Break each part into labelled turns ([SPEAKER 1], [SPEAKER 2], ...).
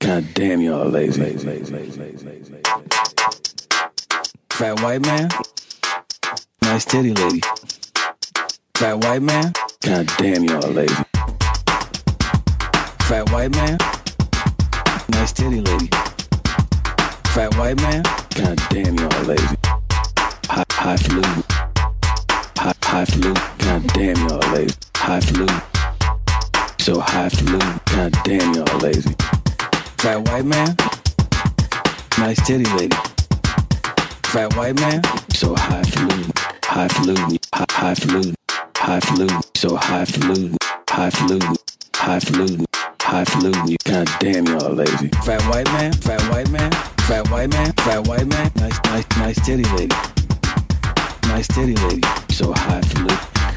[SPEAKER 1] God damn y'all lazy. lazy, lazy, lazy, lazy, lazy. Fat white man. Nice titty lady. Fat white man. God damn y'all lazy. Fat white man. Nice titty lady. Fat white man. God damn y'all lazy. Hot hot flu. Hot hot flu. God damn y'all lazy. Hot flu. So hot flu. God damn y'all lazy. Fat white man. Nice titty lady. Fat white man. So high flu, high flu, high, high flu, high flu. So high flu, high flu, high flu, high flu. You god damn y'all lazy. Fat white man, fat white man, fat white man, fat white man. Nice, nice, nice titty lady. Nice titty lady. So high flu.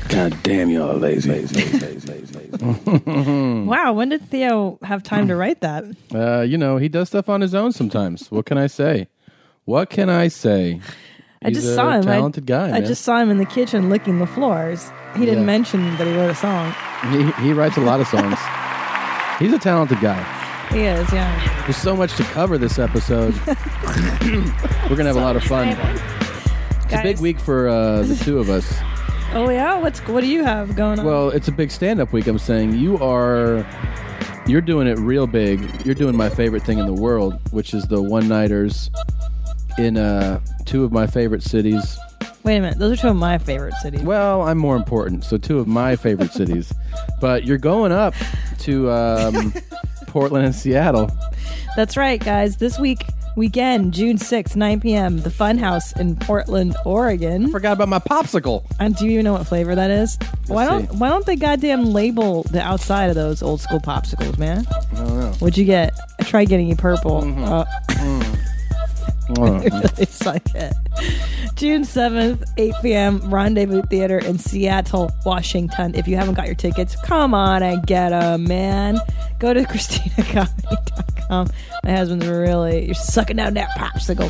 [SPEAKER 1] God damn y'all lazy. lazy, lazy, lazy, lazy, lazy.
[SPEAKER 2] Wow, when did Theo have time to write that?
[SPEAKER 3] Uh, you know, he does stuff on his own sometimes. What can I say? What can I say?
[SPEAKER 2] I
[SPEAKER 3] He's
[SPEAKER 2] just
[SPEAKER 3] a
[SPEAKER 2] saw him. I-
[SPEAKER 3] Talented guy.
[SPEAKER 2] I
[SPEAKER 3] man.
[SPEAKER 2] just saw him in the kitchen licking the floors. He didn't
[SPEAKER 3] Yeah.
[SPEAKER 2] mention that he wrote a song.
[SPEAKER 3] he, he writes a lot of songs. He's a talented guy.
[SPEAKER 2] He is, yeah.
[SPEAKER 3] There's so much to cover this episode. We're gonna have a lot of fun. It's a big
[SPEAKER 2] Guys.
[SPEAKER 3] week for uh, the two of us.
[SPEAKER 2] Oh yeah, what's what do you have going on?
[SPEAKER 3] Well, it's a big stand-up week. I'm saying you are, you're doing it real big. You're doing my favorite thing in the world, which is the one-nighters in uh, two of my favorite cities.
[SPEAKER 2] Wait a minute, those are two of my favorite cities.
[SPEAKER 3] Well, I'm more important, so two of my favorite cities. But you're going up to um, Portland and Seattle.
[SPEAKER 2] That's right, guys. This week, weekend, June 6th, 9 p.m., the Fun House in Portland, Oregon.
[SPEAKER 3] Forgot about my popsicle.
[SPEAKER 2] And do you even know what flavor that is? Why
[SPEAKER 3] Let's
[SPEAKER 2] don't
[SPEAKER 3] see.
[SPEAKER 2] Why don't they goddamn label the outside of those old school popsicles, man? I don't know. What'd you get? I tried getting you purple.
[SPEAKER 3] Mm-hmm.
[SPEAKER 2] Uh,
[SPEAKER 3] Mm.
[SPEAKER 2] really suck it. June 7th, 8 p.m., Rendezvous Theater in Seattle, Washington. If you haven't got your tickets, come on and get them, man. Go to ChristinaComedy.com. My husband's really, you're sucking down that popsicle.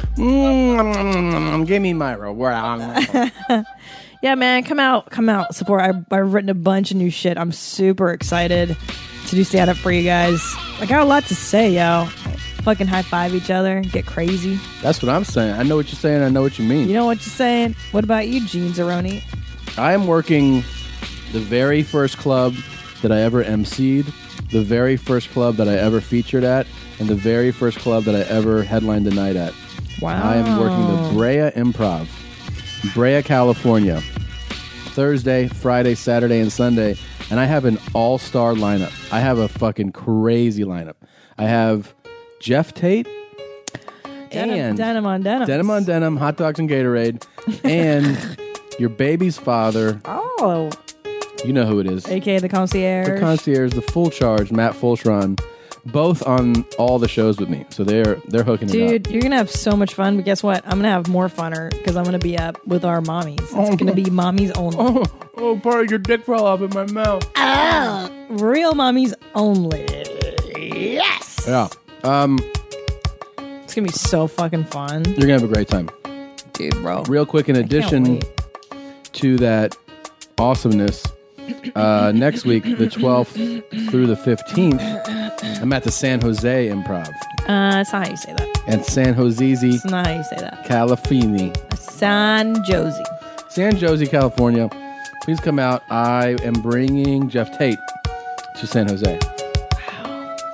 [SPEAKER 3] Mm, Give me my reward.
[SPEAKER 2] Yeah, man, come out, come out, support. I, I've written a bunch of new shit. I'm super excited to do stand up for you guys. I got a lot to say, yo. Fucking high five each other, get crazy.
[SPEAKER 3] That's what I'm saying. I know what you're saying. I know what you mean.
[SPEAKER 2] You know what you're saying? What about you, Gene Zeroni?
[SPEAKER 3] I am working the very first club that I ever emceed, the very first club that I ever featured at, and the very first club that I ever headlined a night at.
[SPEAKER 2] Wow.
[SPEAKER 3] I am working
[SPEAKER 2] Oh.
[SPEAKER 3] the Brea Improv, Brea, California, Thursday, Friday, Saturday, and Sunday, and I have an all-star lineup. I have a fucking crazy lineup. I have Jeff Tate
[SPEAKER 2] Denim-
[SPEAKER 3] and
[SPEAKER 2] denim on denim.
[SPEAKER 3] Denim on Denim, hot dogs and Gatorade, and your baby's father.
[SPEAKER 2] Oh,
[SPEAKER 3] You know who it is.
[SPEAKER 2] aka the concierge.
[SPEAKER 3] The concierge, the full charge, Matt Fulshron, both on all the shows with me. So they're they're hooking it
[SPEAKER 2] Dude,
[SPEAKER 3] up.
[SPEAKER 2] you're gonna have so much fun. But guess what? I'm gonna have more funner because I'm gonna be up with our mommies. It's gonna be mommies only.
[SPEAKER 3] Oh, oh, part of your dick fell off in my mouth.
[SPEAKER 2] Real mommies only. Yes.
[SPEAKER 3] Yeah. Um,
[SPEAKER 2] It's gonna be so fucking fun,
[SPEAKER 3] you're gonna have a great time.
[SPEAKER 2] dude, bro.
[SPEAKER 3] Real quick, in addition
[SPEAKER 2] wait.
[SPEAKER 3] to that awesomeness, uh, next week, the 12th through the 15th, I'm at the San Jose Improv
[SPEAKER 2] Uh, that's not how you say that.
[SPEAKER 3] and San Jose,
[SPEAKER 2] That's not how you say that.
[SPEAKER 3] Califini.
[SPEAKER 2] San Josie.
[SPEAKER 3] San Jose, California. Please come out. I am bringing Jeff Tate to San Jose.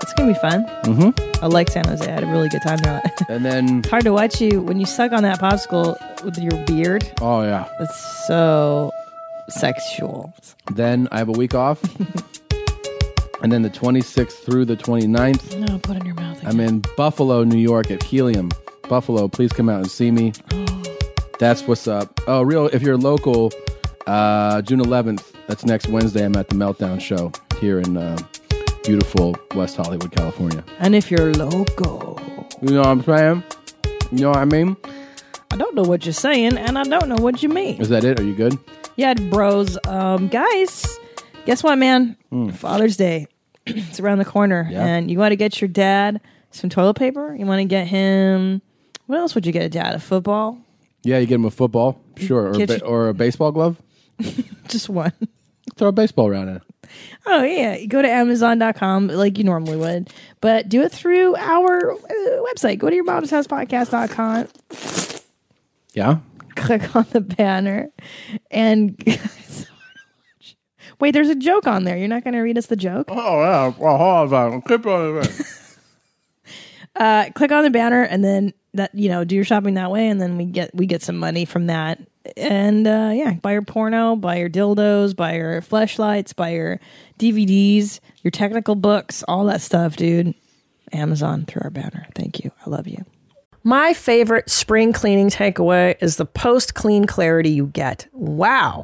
[SPEAKER 2] It's gonna be fun. Mm-hmm. I like San Jose. I had a really good time there. it's
[SPEAKER 3] And then,
[SPEAKER 2] hard to watch you when you suck on that popsicle with your beard.
[SPEAKER 3] oh yeah.
[SPEAKER 2] That's so sexual.
[SPEAKER 3] Then I have a week off. and then the 26th through the 29th,
[SPEAKER 2] No, put it in your mouth.
[SPEAKER 3] I'm in Buffalo, New York at Helium. Buffalo, please come out and see me. That's what's up. Oh, real, if you're local, uh, June 11th, that's next Wednesday, I'm at the Meltdown Show here in uh, beautiful West Hollywood, California.
[SPEAKER 2] And if you're local,
[SPEAKER 3] You know what I'm saying? You know what I mean?
[SPEAKER 2] I don't know what you're saying, and I don't know what you mean.
[SPEAKER 3] Is that it? Are you good?
[SPEAKER 2] Yeah, bros, um, guys, guess what, man? Father's Day, it's around the corner,
[SPEAKER 3] Yeah.
[SPEAKER 2] and you want to get your dad some toilet paper. You want to get him. What else would you get a dad? A football?
[SPEAKER 3] Yeah, you get him a football, sure, or a,
[SPEAKER 2] Get
[SPEAKER 3] ba-
[SPEAKER 2] you-
[SPEAKER 3] or a baseball glove.
[SPEAKER 2] Just one.
[SPEAKER 3] Throw a baseball around in. it.
[SPEAKER 2] Oh yeah, You go to Amazon.com like you normally would, but do it through our uh, website. Go to your mom's house podcast.com,
[SPEAKER 3] Yeah.
[SPEAKER 2] click on the banner, and wait. There's a joke on there. You're not going to read us the joke.
[SPEAKER 3] Oh yeah. Well, hold on. Keep on.
[SPEAKER 2] Uh, click on the banner, and then that you know do your shopping that way, and then we get we get some money from that. And uh, yeah, buy your porno, buy your dildos, buy your fleshlights, buy your DVDs, your technical books, all that stuff, dude. Amazon through our banner. Thank you. I love you.
[SPEAKER 4] My favorite spring cleaning takeaway is the post clean clarity you get. Wow.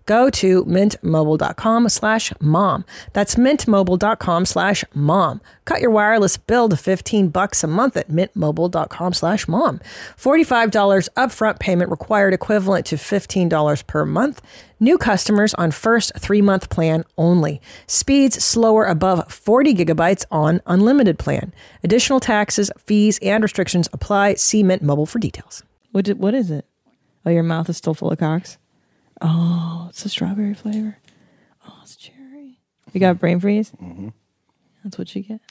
[SPEAKER 4] go to mintmobile.com slash mom. That's mintmobile.com slash mom. Cut your wireless bill to 15 bucks a month at mintmobile.com slash mom. $45 upfront payment required equivalent to $15 per month. New customers on first three month plan only. Speeds slower above 40 gigabytes on unlimited plan. Additional taxes, fees, and restrictions apply. See Mint Mobile for details.
[SPEAKER 2] What did, what is it? Oh, your mouth is still full of cocks. Oh, it's a strawberry flavor. Oh, it's cherry. You got brain freeze. Mm-hmm. That's what you get.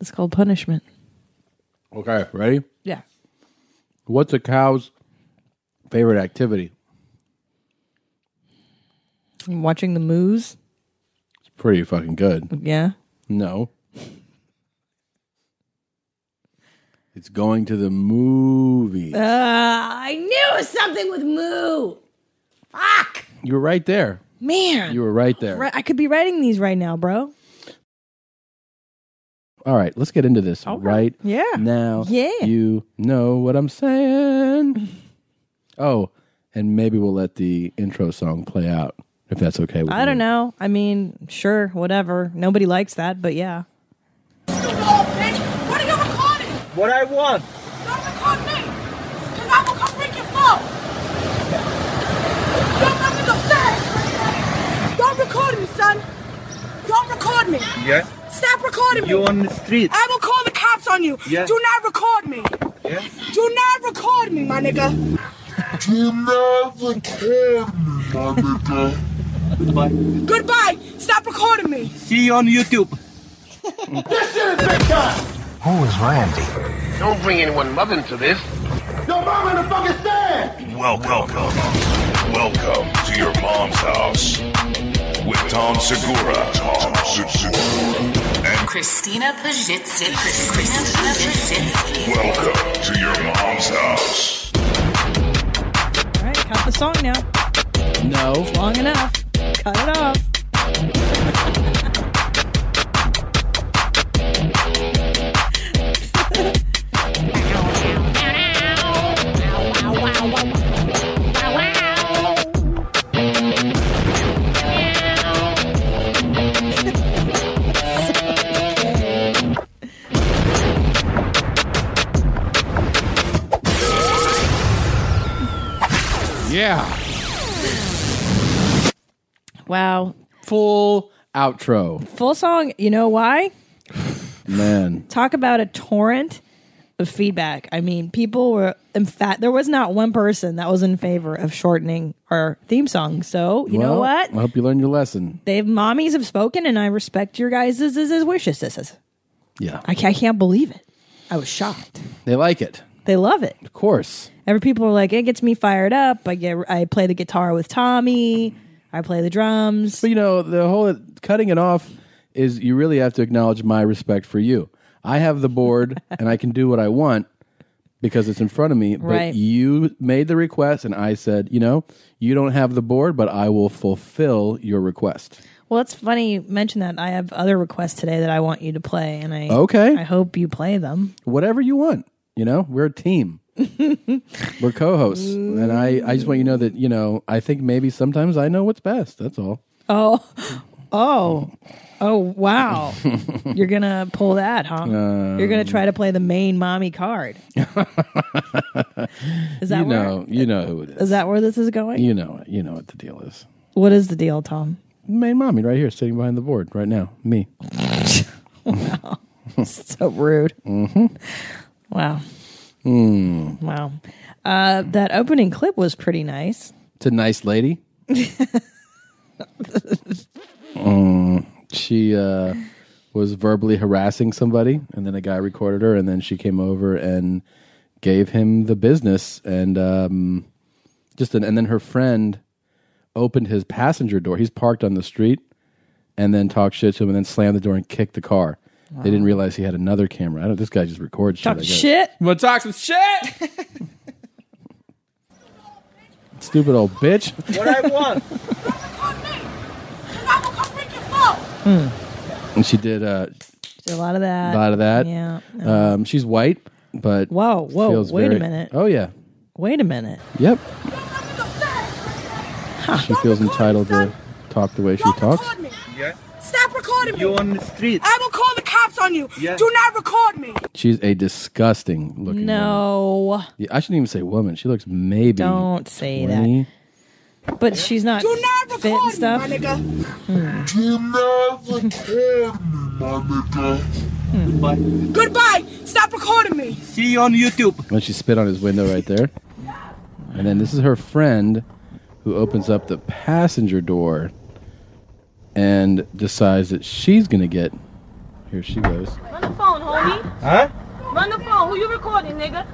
[SPEAKER 2] It's called punishment.
[SPEAKER 3] Okay. Ready?
[SPEAKER 2] Yeah.
[SPEAKER 3] What's a cow's favorite activity?
[SPEAKER 2] Watching the moose.
[SPEAKER 3] It's pretty fucking good.
[SPEAKER 2] Yeah.
[SPEAKER 3] No. It's going to the movie.
[SPEAKER 2] Uh, I knew it was something with moo. Fuck,
[SPEAKER 3] you were right there.
[SPEAKER 2] man.
[SPEAKER 3] You were right there.
[SPEAKER 2] Right- I could be writing these right now, bro.
[SPEAKER 3] All right, let's get into this right
[SPEAKER 2] Yeah.
[SPEAKER 3] now.
[SPEAKER 2] Yeah.
[SPEAKER 3] You know what I'm saying. Oh, and maybe we'll let the intro song play out if that's okay with
[SPEAKER 2] I don't
[SPEAKER 3] you.
[SPEAKER 2] know. I mean, sure, whatever. Nobody likes that, but yeah.
[SPEAKER 5] What are you recording?
[SPEAKER 6] What I want.
[SPEAKER 5] Don't record me. Cause I will come break your phone. You have nothing to say. Don't record me, son. Don't record me.
[SPEAKER 6] Yeah.
[SPEAKER 5] Stop recording me.
[SPEAKER 6] You on the street.
[SPEAKER 5] I will call the cops on you.
[SPEAKER 6] Yeah.
[SPEAKER 5] Do not record me.
[SPEAKER 6] Yeah.
[SPEAKER 5] Do not record me, my nigga.
[SPEAKER 7] Do not record me, my nigga.
[SPEAKER 5] Goodbye. Stop recording me.
[SPEAKER 6] See you on YouTube.
[SPEAKER 8] Who is Randy?
[SPEAKER 1] Don't bring anyone mother into this.
[SPEAKER 7] Welcome. Welcome to your mom's house with Tom Segura. Tom Segura. And
[SPEAKER 9] Christina Pajitsky. Christina Pajitsky.
[SPEAKER 7] welcome to your mom's house.
[SPEAKER 2] All right, cut the song now.
[SPEAKER 3] No.
[SPEAKER 2] Long enough. Cut it off.
[SPEAKER 3] Yeah.
[SPEAKER 2] Wow.
[SPEAKER 3] Full outro.
[SPEAKER 2] Full song. You know why?
[SPEAKER 3] Man.
[SPEAKER 2] talk about a torrent of feedback. I mean, people were in fact there was not one person that was in favor of shortening our theme song. So you know
[SPEAKER 3] Well,
[SPEAKER 2] what?
[SPEAKER 3] I hope you learned your lesson.
[SPEAKER 2] They've mommies have spoken, and I respect your guys' as, as, wishes. This is
[SPEAKER 3] Yeah.
[SPEAKER 2] I can't, I can't believe it. I was shocked.
[SPEAKER 3] They like it.
[SPEAKER 2] They love it.
[SPEAKER 3] Of course.
[SPEAKER 2] Every people are like, it gets me fired up. I get I play the guitar with Tommy. I play the drums.
[SPEAKER 3] But you know, the whole cutting it off is you really have to acknowledge my respect for you. I have the board and I can do what I want because it's in front of me. But
[SPEAKER 2] Right.
[SPEAKER 3] you made the request and I said, you know, you don't have the board, but I will fulfill your request.
[SPEAKER 2] Well, it's funny you mentioned that. I have other requests today that I want you to play, and I
[SPEAKER 3] Okay.
[SPEAKER 2] I hope you play them.
[SPEAKER 3] Whatever you want. You know, we're a team. we're co-hosts, and I I just want you to know that you know I think maybe sometimes I know what's best. That's all.
[SPEAKER 2] Oh, oh, oh! Wow, you're gonna pull that, huh?
[SPEAKER 3] Um,
[SPEAKER 2] you're gonna try to play the main mommy card. is that where?
[SPEAKER 3] You know, you know who it is.
[SPEAKER 2] Is that where this is going?
[SPEAKER 3] You know it. You know what the deal is.
[SPEAKER 2] What is the deal, Tom?
[SPEAKER 3] Main mommy right here, sitting behind the board right now. Me.
[SPEAKER 2] so rude.
[SPEAKER 3] Mm-hmm.
[SPEAKER 2] Wow.
[SPEAKER 3] Hmm.
[SPEAKER 2] Wow. Uh, that opening clip was pretty nice.
[SPEAKER 3] It's a nice lady. Mm, she uh, was verbally harassing somebody, and then a guy recorded her, and then she came over and gave him the business, and um, just an, and then her friend opened his passenger door. He's parked on the street, and then talked shit to him, and then slammed the door and kicked the car. They didn't realize he had another camera. I don't. This guy just records shit. I
[SPEAKER 2] Talk
[SPEAKER 3] guess.
[SPEAKER 2] shit.
[SPEAKER 3] You want to talk some shit? Stupid old bitch.
[SPEAKER 6] What I want.
[SPEAKER 10] Record me. And I will come break your phone.
[SPEAKER 3] And she did uh,
[SPEAKER 2] Did a lot of that.
[SPEAKER 3] a lot of that.
[SPEAKER 2] Uh, Yeah.
[SPEAKER 3] Um, she's white, but
[SPEAKER 2] Whoa, whoa,
[SPEAKER 3] feels
[SPEAKER 2] wait
[SPEAKER 3] very-
[SPEAKER 2] a minute.
[SPEAKER 3] Oh yeah.
[SPEAKER 2] Wait a minute.
[SPEAKER 3] Yep. She
[SPEAKER 10] Don't
[SPEAKER 3] feels
[SPEAKER 10] record me,
[SPEAKER 3] entitled
[SPEAKER 10] son.
[SPEAKER 3] to talk the way she
[SPEAKER 10] Don't
[SPEAKER 3] talks.
[SPEAKER 10] record me.
[SPEAKER 6] Yeah.
[SPEAKER 10] Stop recording
[SPEAKER 6] You
[SPEAKER 10] me.
[SPEAKER 6] on the street.
[SPEAKER 10] I will call the cops on you.
[SPEAKER 6] Yeah.
[SPEAKER 10] Do not record me.
[SPEAKER 3] She's a disgusting looking. woman.
[SPEAKER 2] No,
[SPEAKER 3] Yeah, I shouldn't even say woman. She looks maybe.
[SPEAKER 2] don't say
[SPEAKER 3] 20.
[SPEAKER 2] that. But she's not,
[SPEAKER 10] Do not
[SPEAKER 2] fit
[SPEAKER 10] record
[SPEAKER 2] and
[SPEAKER 10] me, my
[SPEAKER 2] stuff. Hmm.
[SPEAKER 10] nigga.
[SPEAKER 9] Do not record me, my nigga.
[SPEAKER 2] Hmm.
[SPEAKER 10] Goodbye. Stop recording me.
[SPEAKER 6] See you on YouTube.
[SPEAKER 3] When she spit on his window right there. And then this is her friend who opens up the passenger door and decides that she's going to get. Here she goes.
[SPEAKER 10] Run the phone, homie.
[SPEAKER 6] Huh?
[SPEAKER 10] Run the phone. Who you recording, nigga?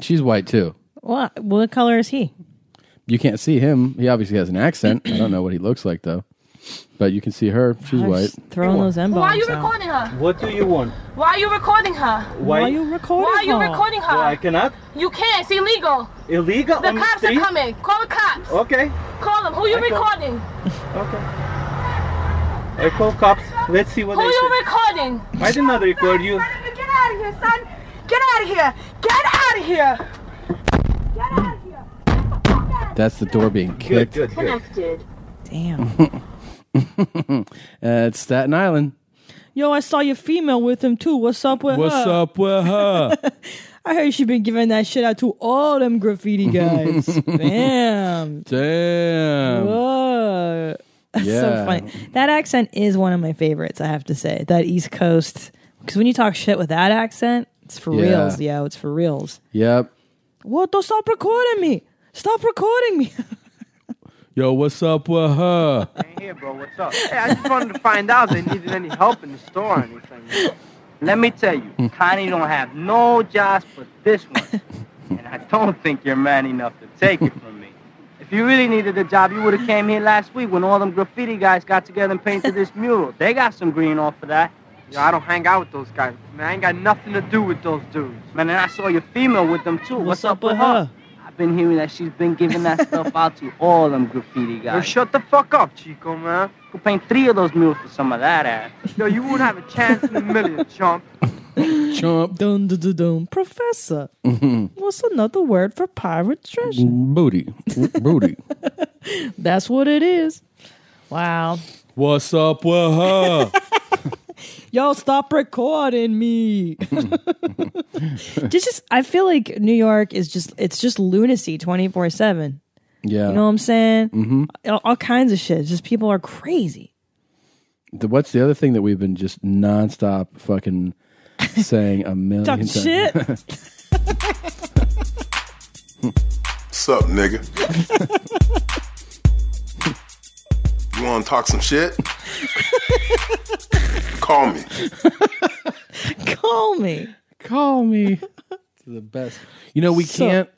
[SPEAKER 3] She's white too.
[SPEAKER 2] What? What color is he?
[SPEAKER 3] You can't see him. He obviously has an accent. I don't know what he looks like though. But you can see her. She's
[SPEAKER 2] I'm
[SPEAKER 3] white.
[SPEAKER 2] just Throwing those M
[SPEAKER 10] Why are you
[SPEAKER 2] bombs out.
[SPEAKER 10] recording her?
[SPEAKER 6] What do you want?
[SPEAKER 10] Why are you recording her?
[SPEAKER 2] Why
[SPEAKER 6] Why?
[SPEAKER 2] are you recording?
[SPEAKER 10] Why are you
[SPEAKER 2] her?
[SPEAKER 10] recording
[SPEAKER 6] I
[SPEAKER 10] her?
[SPEAKER 6] cannot.
[SPEAKER 10] You can't. It's illegal.
[SPEAKER 6] Illegal
[SPEAKER 10] The
[SPEAKER 6] on the
[SPEAKER 10] cops are
[SPEAKER 6] street.
[SPEAKER 10] coming. Call the cops.
[SPEAKER 6] Okay.
[SPEAKER 10] Call them. Who you
[SPEAKER 6] I call-
[SPEAKER 10] recording?
[SPEAKER 6] Okay. I call cops. Let's see what
[SPEAKER 10] Who
[SPEAKER 6] they
[SPEAKER 10] you
[SPEAKER 6] say.
[SPEAKER 10] recording?
[SPEAKER 6] I did not record you.
[SPEAKER 10] Get out of here, son. Get out of here. Get out of here. Get out of here.
[SPEAKER 3] That's the door being
[SPEAKER 6] Good,
[SPEAKER 3] kicked.
[SPEAKER 6] good, good.
[SPEAKER 10] Connected.
[SPEAKER 2] Damn.
[SPEAKER 3] Uh, it's Staten Island.
[SPEAKER 2] Yo, I saw your female with him too. What's up with her?
[SPEAKER 3] up with her?
[SPEAKER 2] I heard she been giving that shit out to all them graffiti guys. Damn.
[SPEAKER 3] Damn.
[SPEAKER 2] Whoa. That's so
[SPEAKER 3] Yeah.
[SPEAKER 2] funny. That accent is one of my favorites, I have to say. That East Coast. Because when you talk shit with that accent, it's for
[SPEAKER 3] Yeah.
[SPEAKER 2] reals, yo. It's for reals.
[SPEAKER 3] Yep.
[SPEAKER 2] What? Don't stop recording me. Stop recording me.
[SPEAKER 3] Yo, what's up with her?
[SPEAKER 6] Hey, bro, what's up? Hey, I just wanted to find out if they needed any help in the store or anything. Let me tell you, Connie don't have no jobs but this one. And I don't think you're man enough to take it from me. If you really needed a job, you would have came here last week when all them graffiti guys got together and painted this mural. They got some green off of that. Yo, I don't hang out with those guys. Man, I ain't got nothing to do with those dudes. Man, and I saw your female with them too. What's, up, with her? I've been hearing that she's been giving that stuff out to all them graffiti guys. Yo, shut the fuck up, Chico, man. Go paint three of those murals for some of that ass. Yo, you wouldn't have a chance in a million, chump.
[SPEAKER 3] Chump
[SPEAKER 2] Dun dun dun dun. Professor. What's another word for pirate treasure?
[SPEAKER 3] booty. Booty.
[SPEAKER 2] That's what it is. Wow.
[SPEAKER 3] what's up with her?
[SPEAKER 2] Yo, stop recording me. just, just, I feel like New York is just, it's just lunacy 24 7.
[SPEAKER 3] Yeah.
[SPEAKER 2] You know what I'm saying? Mm-hmm. All, all kinds of shit. Just people are crazy.
[SPEAKER 3] The- what's the other thing that we've been just nonstop fucking saying a million
[SPEAKER 2] Talk
[SPEAKER 3] times?
[SPEAKER 2] shit.
[SPEAKER 11] What's up, nigga? you want to talk some shit? Call me.
[SPEAKER 2] Call me.
[SPEAKER 3] call me the best you know we can't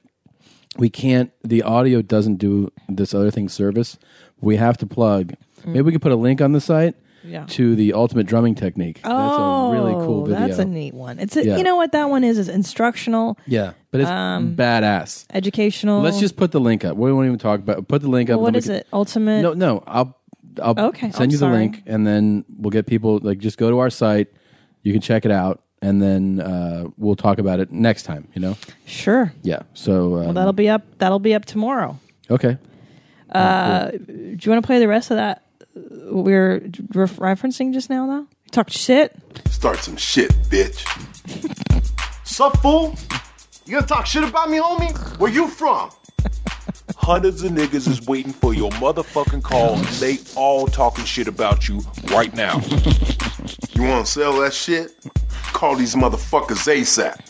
[SPEAKER 3] we can't the audio doesn't do this other thing service we have to plug maybe we could put a link on the site
[SPEAKER 2] Yeah.
[SPEAKER 3] to the ultimate drumming technique
[SPEAKER 2] oh,
[SPEAKER 3] that's a really cool video
[SPEAKER 2] That's a neat one. It's a,
[SPEAKER 3] Yeah.
[SPEAKER 2] you know what that one is? It's instructional,
[SPEAKER 3] yeah but it's
[SPEAKER 2] Um,
[SPEAKER 3] badass
[SPEAKER 2] educational.
[SPEAKER 3] let's just put the link up we won't even talk about put the link up and
[SPEAKER 2] What
[SPEAKER 3] then we
[SPEAKER 2] is
[SPEAKER 3] can-
[SPEAKER 2] it? Ultimate.
[SPEAKER 3] no no i'll I'll
[SPEAKER 2] Okay,
[SPEAKER 3] send
[SPEAKER 2] I'm
[SPEAKER 3] you the
[SPEAKER 2] sorry.
[SPEAKER 3] link, and then we'll get people like just go to our site. You can check it out, and then uh, we'll talk about it next time. You know?
[SPEAKER 2] Sure.
[SPEAKER 3] Yeah. So um,
[SPEAKER 2] Well, that'll be up. That'll be up tomorrow.
[SPEAKER 3] okay.
[SPEAKER 2] Uh, Do you want to play the rest of that? uh, We were re- referencing just now, though. Talk shit.
[SPEAKER 11] Start some shit, bitch.
[SPEAKER 12] Sup, fool? You gonna talk shit about me, homie? Where you from?
[SPEAKER 7] Hundreds of niggas is waiting for your motherfucking call. They all talking shit about you right now.
[SPEAKER 11] You want to sell that shit? Call these motherfuckers ASAP.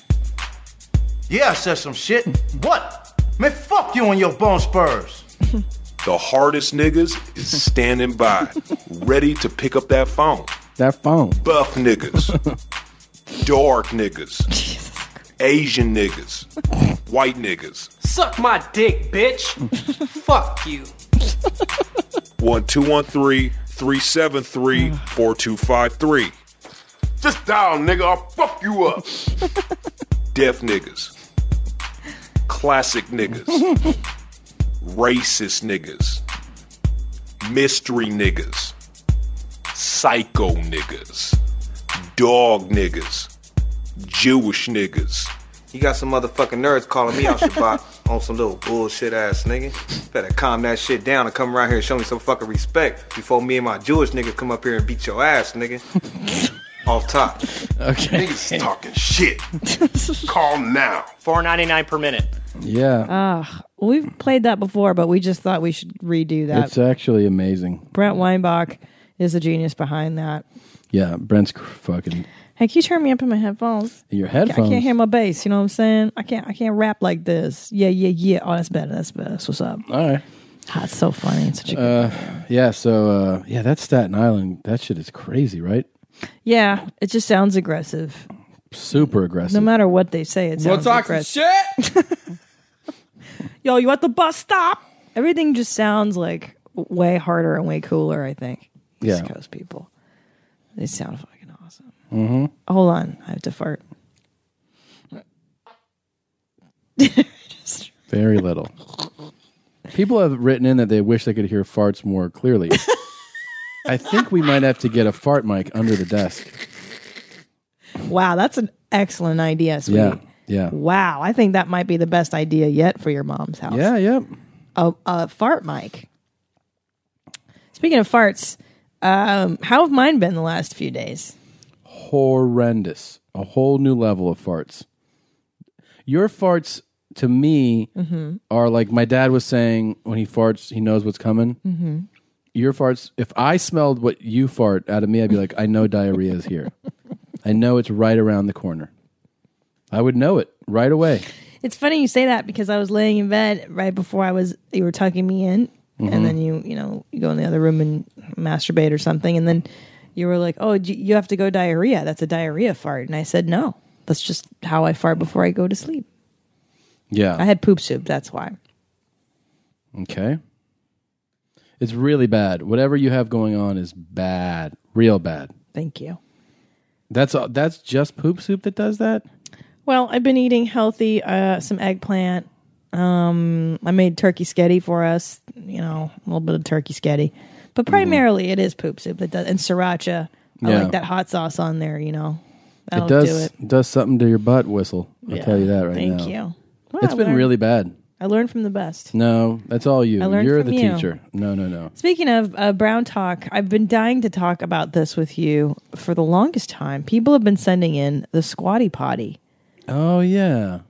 [SPEAKER 12] Yeah, I said some shit. What? Man, fuck you and your bone spurs.
[SPEAKER 7] The hardest niggas is standing by, ready to pick up that phone.
[SPEAKER 3] That phone.
[SPEAKER 7] Buff niggas, dark niggas, Asian niggas, white niggas.
[SPEAKER 13] Suck my dick, bitch. Fuck you.
[SPEAKER 7] 1 213 373 4253.
[SPEAKER 11] Just dial, nigga. I'll fuck you up.
[SPEAKER 7] Deaf niggas, classic niggas, racist niggas, mystery niggas, psycho niggas, dog niggas, Jewish niggas.
[SPEAKER 14] You got some motherfucking nerds calling me out Shabbat on some little bullshit ass nigga. Better calm that shit down and come around here and show me some fucking respect before me and my Jewish niggas come up here and beat your ass, nigga. Off top.
[SPEAKER 3] Okay.
[SPEAKER 11] Niggas talking shit. Call now.
[SPEAKER 13] Four ninety nine per minute.
[SPEAKER 3] Yeah.
[SPEAKER 2] Ah, we've played that before, but we just thought we should redo that.
[SPEAKER 3] It's actually amazing.
[SPEAKER 2] Brent Weinbach is the genius behind that.
[SPEAKER 3] Yeah. Brent's cr- fucking
[SPEAKER 2] Hey, can you turn me up in my headphones?
[SPEAKER 3] your
[SPEAKER 2] I can't
[SPEAKER 3] headphones.
[SPEAKER 2] hear my bass. You know what I'm saying? I can't. I can't rap like this. Yeah, yeah, yeah. Oh, that's better. That's better. That's what's up.
[SPEAKER 3] All right.
[SPEAKER 2] That's so funny. It's such a
[SPEAKER 3] uh, yeah. So uh, yeah, that's Staten Island. That shit is crazy, right?
[SPEAKER 2] Yeah, it just sounds aggressive.
[SPEAKER 3] Super aggressive.
[SPEAKER 2] No matter what they say, it
[SPEAKER 3] We'll
[SPEAKER 2] sounds
[SPEAKER 3] talk some
[SPEAKER 2] aggressive. shit. Yo, you at the bus stop? Everything just sounds like way harder and way cooler. I think. East
[SPEAKER 3] Yeah.
[SPEAKER 2] Coast people, they sound fucking awesome.
[SPEAKER 3] Mm-hmm.
[SPEAKER 2] Hold on, I have to fart.
[SPEAKER 3] Very little. People have written in that they wish they could hear farts more clearly. I think we might have to get a fart mic under the desk.
[SPEAKER 2] Wow, that's an excellent idea, sweetie.
[SPEAKER 3] Yeah. Yeah.
[SPEAKER 2] Wow, I think that might be the best idea yet for your mom's house.
[SPEAKER 3] Yeah, yeah.
[SPEAKER 2] A, a fart mic. Speaking of farts, um, how have mine been the last few days?
[SPEAKER 3] Horrendous. A whole new level of farts. Your farts to me
[SPEAKER 2] Mhm.
[SPEAKER 3] are like my dad was saying when he farts, he knows what's coming.
[SPEAKER 2] Mm-hmm.
[SPEAKER 3] Your farts, if I smelled what you fart out of me, I'd be like, I know diarrhea is here. I know it's right around the corner. I would know it right away.
[SPEAKER 2] It's funny you say that because I was laying in bed right before I was you were tucking me in,
[SPEAKER 3] Mhm.
[SPEAKER 2] and then you you know you go in the other room and masturbate or something, and then you were like, "Oh, you you have to go diarrhea. That's a diarrhea fart," and I said, "No, that's just how I fart before I go to sleep.
[SPEAKER 3] Yeah.
[SPEAKER 2] I had poop soup. That's why."
[SPEAKER 3] Okay. It's really bad. Whatever you have going on is bad, real bad.
[SPEAKER 2] Thank you.
[SPEAKER 3] That's all, that's just poop soup that does that.
[SPEAKER 2] Well, I've been eating healthy, uh, some eggplant. Um, I made turkey sketty for us, you know, a little bit of turkey sketty. But primarily it is poop soup that does, and sriracha. I
[SPEAKER 3] Yeah.
[SPEAKER 2] like that hot sauce on there, you know. That'll
[SPEAKER 3] it does
[SPEAKER 2] do it.
[SPEAKER 3] does something to your butt whistle. I'll
[SPEAKER 2] Yeah,
[SPEAKER 3] tell you that right
[SPEAKER 2] thank
[SPEAKER 3] now.
[SPEAKER 2] you. Well,
[SPEAKER 3] it's
[SPEAKER 2] I
[SPEAKER 3] been
[SPEAKER 2] learned-
[SPEAKER 3] really bad.
[SPEAKER 2] I learned from the best.
[SPEAKER 3] No, that's all you.
[SPEAKER 2] I learned
[SPEAKER 3] You're
[SPEAKER 2] from
[SPEAKER 3] the
[SPEAKER 2] you.
[SPEAKER 3] teacher. No, no, no.
[SPEAKER 2] Speaking of uh, brown talk, I've been dying to talk about this with you for the longest time. People have been sending in the squatty potty.
[SPEAKER 3] Oh yeah.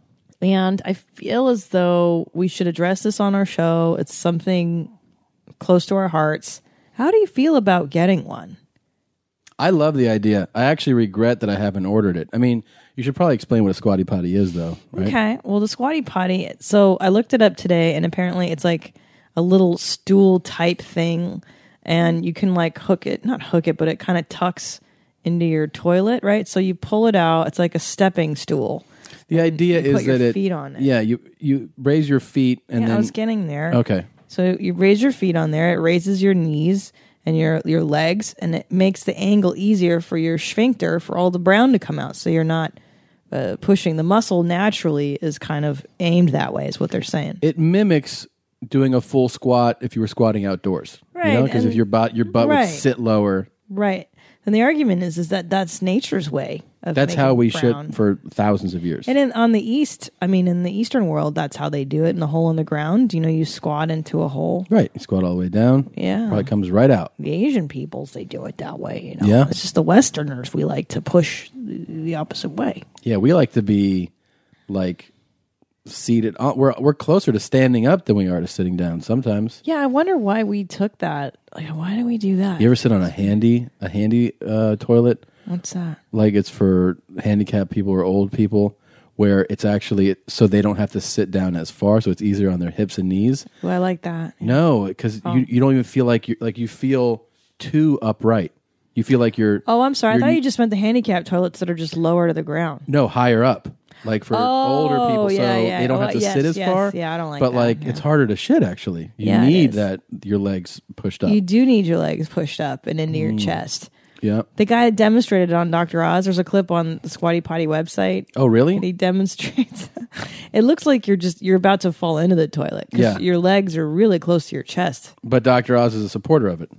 [SPEAKER 2] And I feel as though we should address this on our show. It's something close to our hearts. How do you feel about getting one?
[SPEAKER 3] I love the idea. I actually regret that I haven't ordered it. I mean, you should probably explain what a squatty potty is, though. Right?
[SPEAKER 2] Okay. Well, the squatty potty. So I looked it up today, and apparently it's like a little stool type thing, and you can like hook it, not hook it, but it kind of tucks into your toilet, right? So you pull it out. It's like a stepping stool.
[SPEAKER 3] The idea
[SPEAKER 2] you
[SPEAKER 3] is
[SPEAKER 2] put your
[SPEAKER 3] that it
[SPEAKER 2] feet on it.
[SPEAKER 3] Yeah, you you raise your feet and
[SPEAKER 2] yeah,
[SPEAKER 3] then
[SPEAKER 2] I was getting there.
[SPEAKER 3] Okay.
[SPEAKER 2] So you raise your feet on there. It raises your knees and your your legs, and it makes the angle easier for your sphincter for all the brown to come out. So you're not uh, pushing the muscle naturally is kind of aimed that way. Is what they're saying.
[SPEAKER 3] It mimics doing a full squat if you were squatting outdoors. you know,
[SPEAKER 2] Right,
[SPEAKER 3] because if
[SPEAKER 2] and-
[SPEAKER 3] your butt your butt
[SPEAKER 2] right.
[SPEAKER 3] would sit lower,
[SPEAKER 2] Right. And the argument is is that that's nature's way of
[SPEAKER 3] that's
[SPEAKER 2] making
[SPEAKER 3] how we
[SPEAKER 2] brown.
[SPEAKER 3] should for thousands of years.
[SPEAKER 2] And in, on the east, I mean, in the eastern world, that's how they do it. In the hole in the ground, you know, you squat into a hole.
[SPEAKER 3] Right, you squat all the way down.
[SPEAKER 2] Yeah.
[SPEAKER 3] probably comes right out.
[SPEAKER 2] The Asian peoples, they do it that way. You know,
[SPEAKER 3] Yeah.
[SPEAKER 2] it's just the Westerners we like to push the the opposite way.
[SPEAKER 3] Yeah, we like to be like seated. On, we're we're closer to standing up than we are to sitting down sometimes.
[SPEAKER 2] Yeah, I wonder why we took that. Like, why do we do that?
[SPEAKER 3] You ever sit on a handy a handy uh, toilet?
[SPEAKER 2] What's that?
[SPEAKER 3] Like it's for handicapped people or old people, where it's actually so they don't have to sit down as far, so it's easier on their hips and knees.
[SPEAKER 2] Well, I like that.
[SPEAKER 3] No, because
[SPEAKER 2] Oh.
[SPEAKER 3] you you don't even feel like you like you feel too upright. You feel like you're
[SPEAKER 2] Oh, I'm sorry. I
[SPEAKER 3] you're-
[SPEAKER 2] thought you just meant the handicap toilets that are just lower to the ground.
[SPEAKER 3] no higher up, like for older
[SPEAKER 2] Oh,
[SPEAKER 3] people, so
[SPEAKER 2] yeah, yeah.
[SPEAKER 3] they don't
[SPEAKER 2] Oh,
[SPEAKER 3] have to
[SPEAKER 2] yes,
[SPEAKER 3] sit as
[SPEAKER 2] yes.
[SPEAKER 3] far.
[SPEAKER 2] Yeah, I don't like
[SPEAKER 3] But
[SPEAKER 2] that,
[SPEAKER 3] like it's harder to shit actually. You
[SPEAKER 2] Yeah, it
[SPEAKER 3] need
[SPEAKER 2] is.
[SPEAKER 3] that your legs pushed up.
[SPEAKER 2] You do need your legs pushed up and into your
[SPEAKER 3] Mm.
[SPEAKER 2] chest.
[SPEAKER 3] yeah.
[SPEAKER 2] The guy that demonstrated it on Dr. Oz. There's a clip on the Squatty Potty website.
[SPEAKER 3] Oh, really?
[SPEAKER 2] And he demonstrates. it looks like you're just you're about to fall into the toilet. 'cause
[SPEAKER 3] Yeah.
[SPEAKER 2] Your legs are really close to your chest.
[SPEAKER 3] But Dr. Oz is a supporter of it.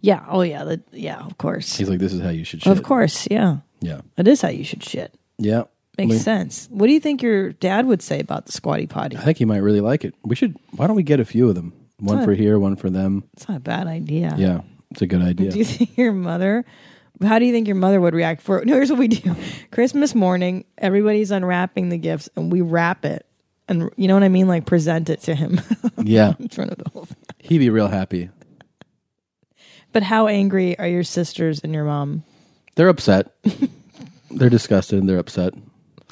[SPEAKER 2] Yeah. Oh yeah. That, yeah. Of course.
[SPEAKER 3] He's like, this is how you should shit.
[SPEAKER 2] Of course. Yeah.
[SPEAKER 3] Yeah.
[SPEAKER 2] That is how you should shit.
[SPEAKER 3] Yeah.
[SPEAKER 2] Makes
[SPEAKER 3] I mean,
[SPEAKER 2] sense. What do you think your dad would say about the Squatty Potty?
[SPEAKER 3] I think he might really like it. We should why don't we get a few of them? One
[SPEAKER 2] Good.
[SPEAKER 3] for here, one for them.
[SPEAKER 2] It's not a bad idea.
[SPEAKER 3] Yeah. It's a good idea.
[SPEAKER 2] Do you think your mother? How do you think your mother would react? For no, here's what we do: Christmas morning, everybody's unwrapping the gifts, and we wrap it, and you know what I mean, like present it to him.
[SPEAKER 3] yeah.
[SPEAKER 2] in front of the whole. Thing.
[SPEAKER 3] He'd be real happy.
[SPEAKER 2] But how angry are your sisters and your mom?
[SPEAKER 3] They're upset. they're disgusted and they're upset.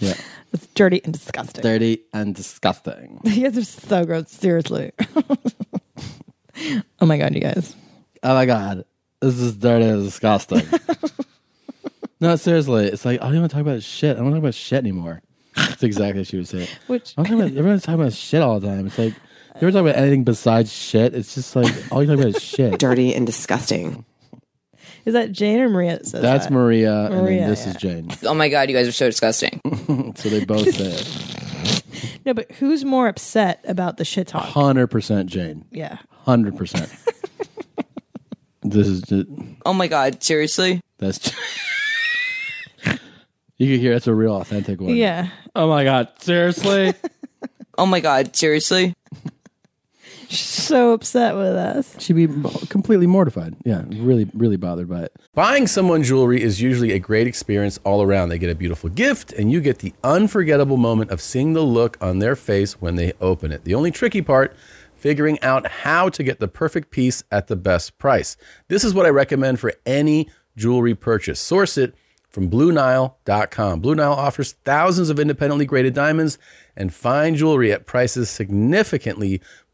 [SPEAKER 3] Yeah.
[SPEAKER 2] It's dirty and disgusting.
[SPEAKER 3] Dirty and disgusting.
[SPEAKER 2] You guys are so gross. Seriously. oh my god, you guys.
[SPEAKER 3] oh my god, this is dirty and disgusting. no, seriously, it's like I don't even talk about shit. I don't talk about shit anymore. That's exactly what she would say.
[SPEAKER 2] Which
[SPEAKER 3] I'm talking about, everyone's talking about shit all the time. It's like if you're talking about anything besides shit. It's just like all you talk about is shit,
[SPEAKER 15] dirty and disgusting.
[SPEAKER 2] Is that Jane or Maria that says
[SPEAKER 3] That's
[SPEAKER 2] that?
[SPEAKER 3] Maria, and
[SPEAKER 2] Maria,
[SPEAKER 3] then this
[SPEAKER 2] yeah.
[SPEAKER 3] is Jane.
[SPEAKER 15] Oh my god, you guys are so disgusting.
[SPEAKER 3] so they both say it.
[SPEAKER 2] No, but who's more upset about the shit talk?
[SPEAKER 3] Hundred percent Jane.
[SPEAKER 2] Yeah.
[SPEAKER 3] Hundred percent. This is just,
[SPEAKER 15] Oh my god, seriously?
[SPEAKER 3] that's. you can hear that's a real authentic one.
[SPEAKER 2] Yeah.
[SPEAKER 3] Oh my god, seriously?
[SPEAKER 15] oh my god, seriously?
[SPEAKER 2] So upset with us.
[SPEAKER 3] She'd be completely mortified. Yeah, really, really bothered by it.
[SPEAKER 16] Buying someone jewelry is usually a great experience all around. They get a beautiful gift, and you get the unforgettable moment of seeing the look on their face when they open it. The only tricky part, figuring out how to get the perfect piece at the best price. This is what I recommend for any jewelry purchase. Source it from BlueNile.com. Blue Nile offers thousands of independently graded diamonds and fine jewelry at prices significantly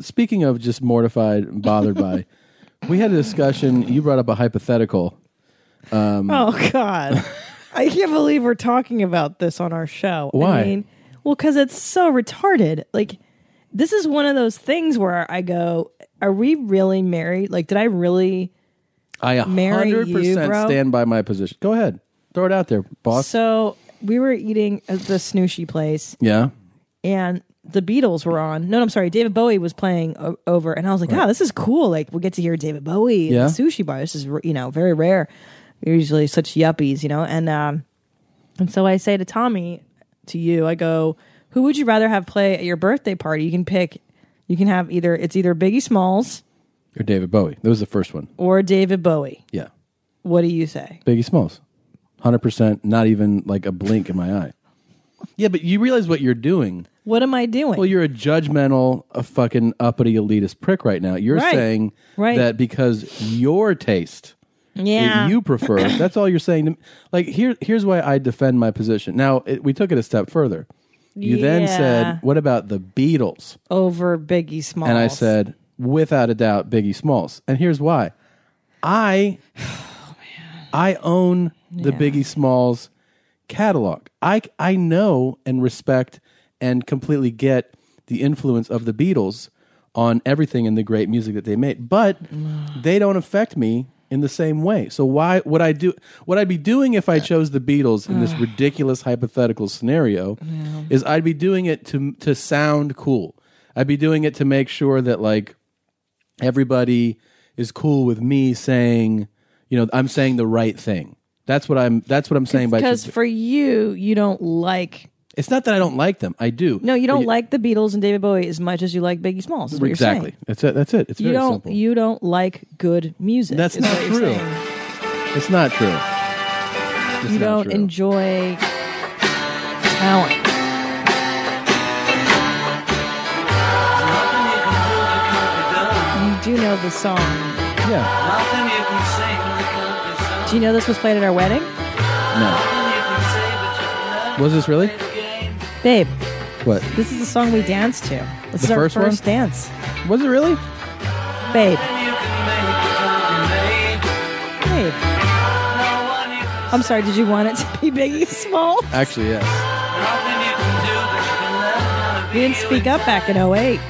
[SPEAKER 3] speaking of just mortified, and bothered by, we had a discussion. You brought up a hypothetical. Um,
[SPEAKER 2] Oh God. I can't believe we're talking about this on our show.
[SPEAKER 3] Why?
[SPEAKER 2] I mean, well, because it's so retarded. Like, this is one of those things where I go, "Are we really married? Like, did I really?"
[SPEAKER 3] I
[SPEAKER 2] Marry you,
[SPEAKER 3] 100%
[SPEAKER 2] bro.
[SPEAKER 3] stand by my position. Go ahead. Throw it out there, boss.
[SPEAKER 2] So we were eating at the snooshy place,
[SPEAKER 3] yeah.
[SPEAKER 2] and the Beatles were on. No, I'm sorry, David Bowie was playing o- over, and I was like, "Wow, this is cool! Like, we get to hear David Bowie
[SPEAKER 17] Yeah.
[SPEAKER 2] in the sushi bar. This is r- you know very rare. You're usually such yuppies, you know." And um, and so I say to Tommy, to you, I go, "Who would you rather have play at your birthday party? You can pick. You can have either it's either Biggie Smalls
[SPEAKER 3] Or David Bowie. That was the first one.
[SPEAKER 2] or David Bowie.
[SPEAKER 3] Yeah.
[SPEAKER 2] What do you say?"
[SPEAKER 3] Biggie Smalls. 100%, not even like a blink in my eye. Yeah, but you realize what you're doing.
[SPEAKER 2] What am I doing?
[SPEAKER 3] Well, you're a judgmental, a fucking uppity elitist prick right now. You're
[SPEAKER 2] Right.
[SPEAKER 3] saying
[SPEAKER 2] Right.
[SPEAKER 3] that because your taste
[SPEAKER 2] yeah,
[SPEAKER 3] that you prefer. That's all you're saying. To me. Like here, here's why I defend my position. Now it, we took it a step further. You then
[SPEAKER 2] Yeah.
[SPEAKER 3] said, "What about the Beatles?"
[SPEAKER 2] over Biggie Smalls.
[SPEAKER 3] And I said, "Without a doubt, Biggie Smalls." And here's why. I,
[SPEAKER 2] Oh,
[SPEAKER 3] I own the Biggie Smalls catalog. I I know and respect and completely get the influence of the Beatles on everything in the great music that they made, but they don't affect me in the same way. So why would I do what I'd be doing if I chose the Beatles in this ridiculous hypothetical scenario is I'd be doing it to to sound cool. I'd be doing it to make sure that like everybody is cool with me saying, you know, I'm saying the right thing. That's what I'm that's what I'm saying by
[SPEAKER 2] because for you, you don't like.
[SPEAKER 3] It's not that I don't like them. I do.
[SPEAKER 2] No, you
[SPEAKER 3] But
[SPEAKER 2] don't like the Beatles and David Bowie as much as you like Biggie Smalls. Is what
[SPEAKER 3] exactly. That's it. That's it. It's
[SPEAKER 2] You're saying. you
[SPEAKER 3] very
[SPEAKER 2] don't.
[SPEAKER 3] simple.
[SPEAKER 2] You don't like good music.
[SPEAKER 3] That's
[SPEAKER 2] is
[SPEAKER 3] not
[SPEAKER 2] what you're
[SPEAKER 3] true.
[SPEAKER 2] saying.
[SPEAKER 3] It's not true. It's
[SPEAKER 2] you
[SPEAKER 3] not
[SPEAKER 2] don't
[SPEAKER 3] true.
[SPEAKER 2] enjoy talent. You do know the song.
[SPEAKER 3] Yeah.
[SPEAKER 13] Nothing you can say that can't be said.
[SPEAKER 2] Do you know this was played at our wedding,
[SPEAKER 3] No.
[SPEAKER 13] Nothing you can say but you can never
[SPEAKER 3] Was this really?
[SPEAKER 13] play the game.
[SPEAKER 2] babe?
[SPEAKER 3] What?
[SPEAKER 2] This is the song we danced to. This
[SPEAKER 3] The
[SPEAKER 2] is our
[SPEAKER 3] first
[SPEAKER 2] first
[SPEAKER 3] one?
[SPEAKER 2] dance,
[SPEAKER 3] Was it really?
[SPEAKER 2] babe.
[SPEAKER 13] You can make it all you made.
[SPEAKER 2] Babe. I'm sorry. Did you want it to be Biggie Smalls?
[SPEAKER 3] Actually, yes.
[SPEAKER 13] Nothing you can do but you can never
[SPEAKER 2] We didn't speak up back in 08.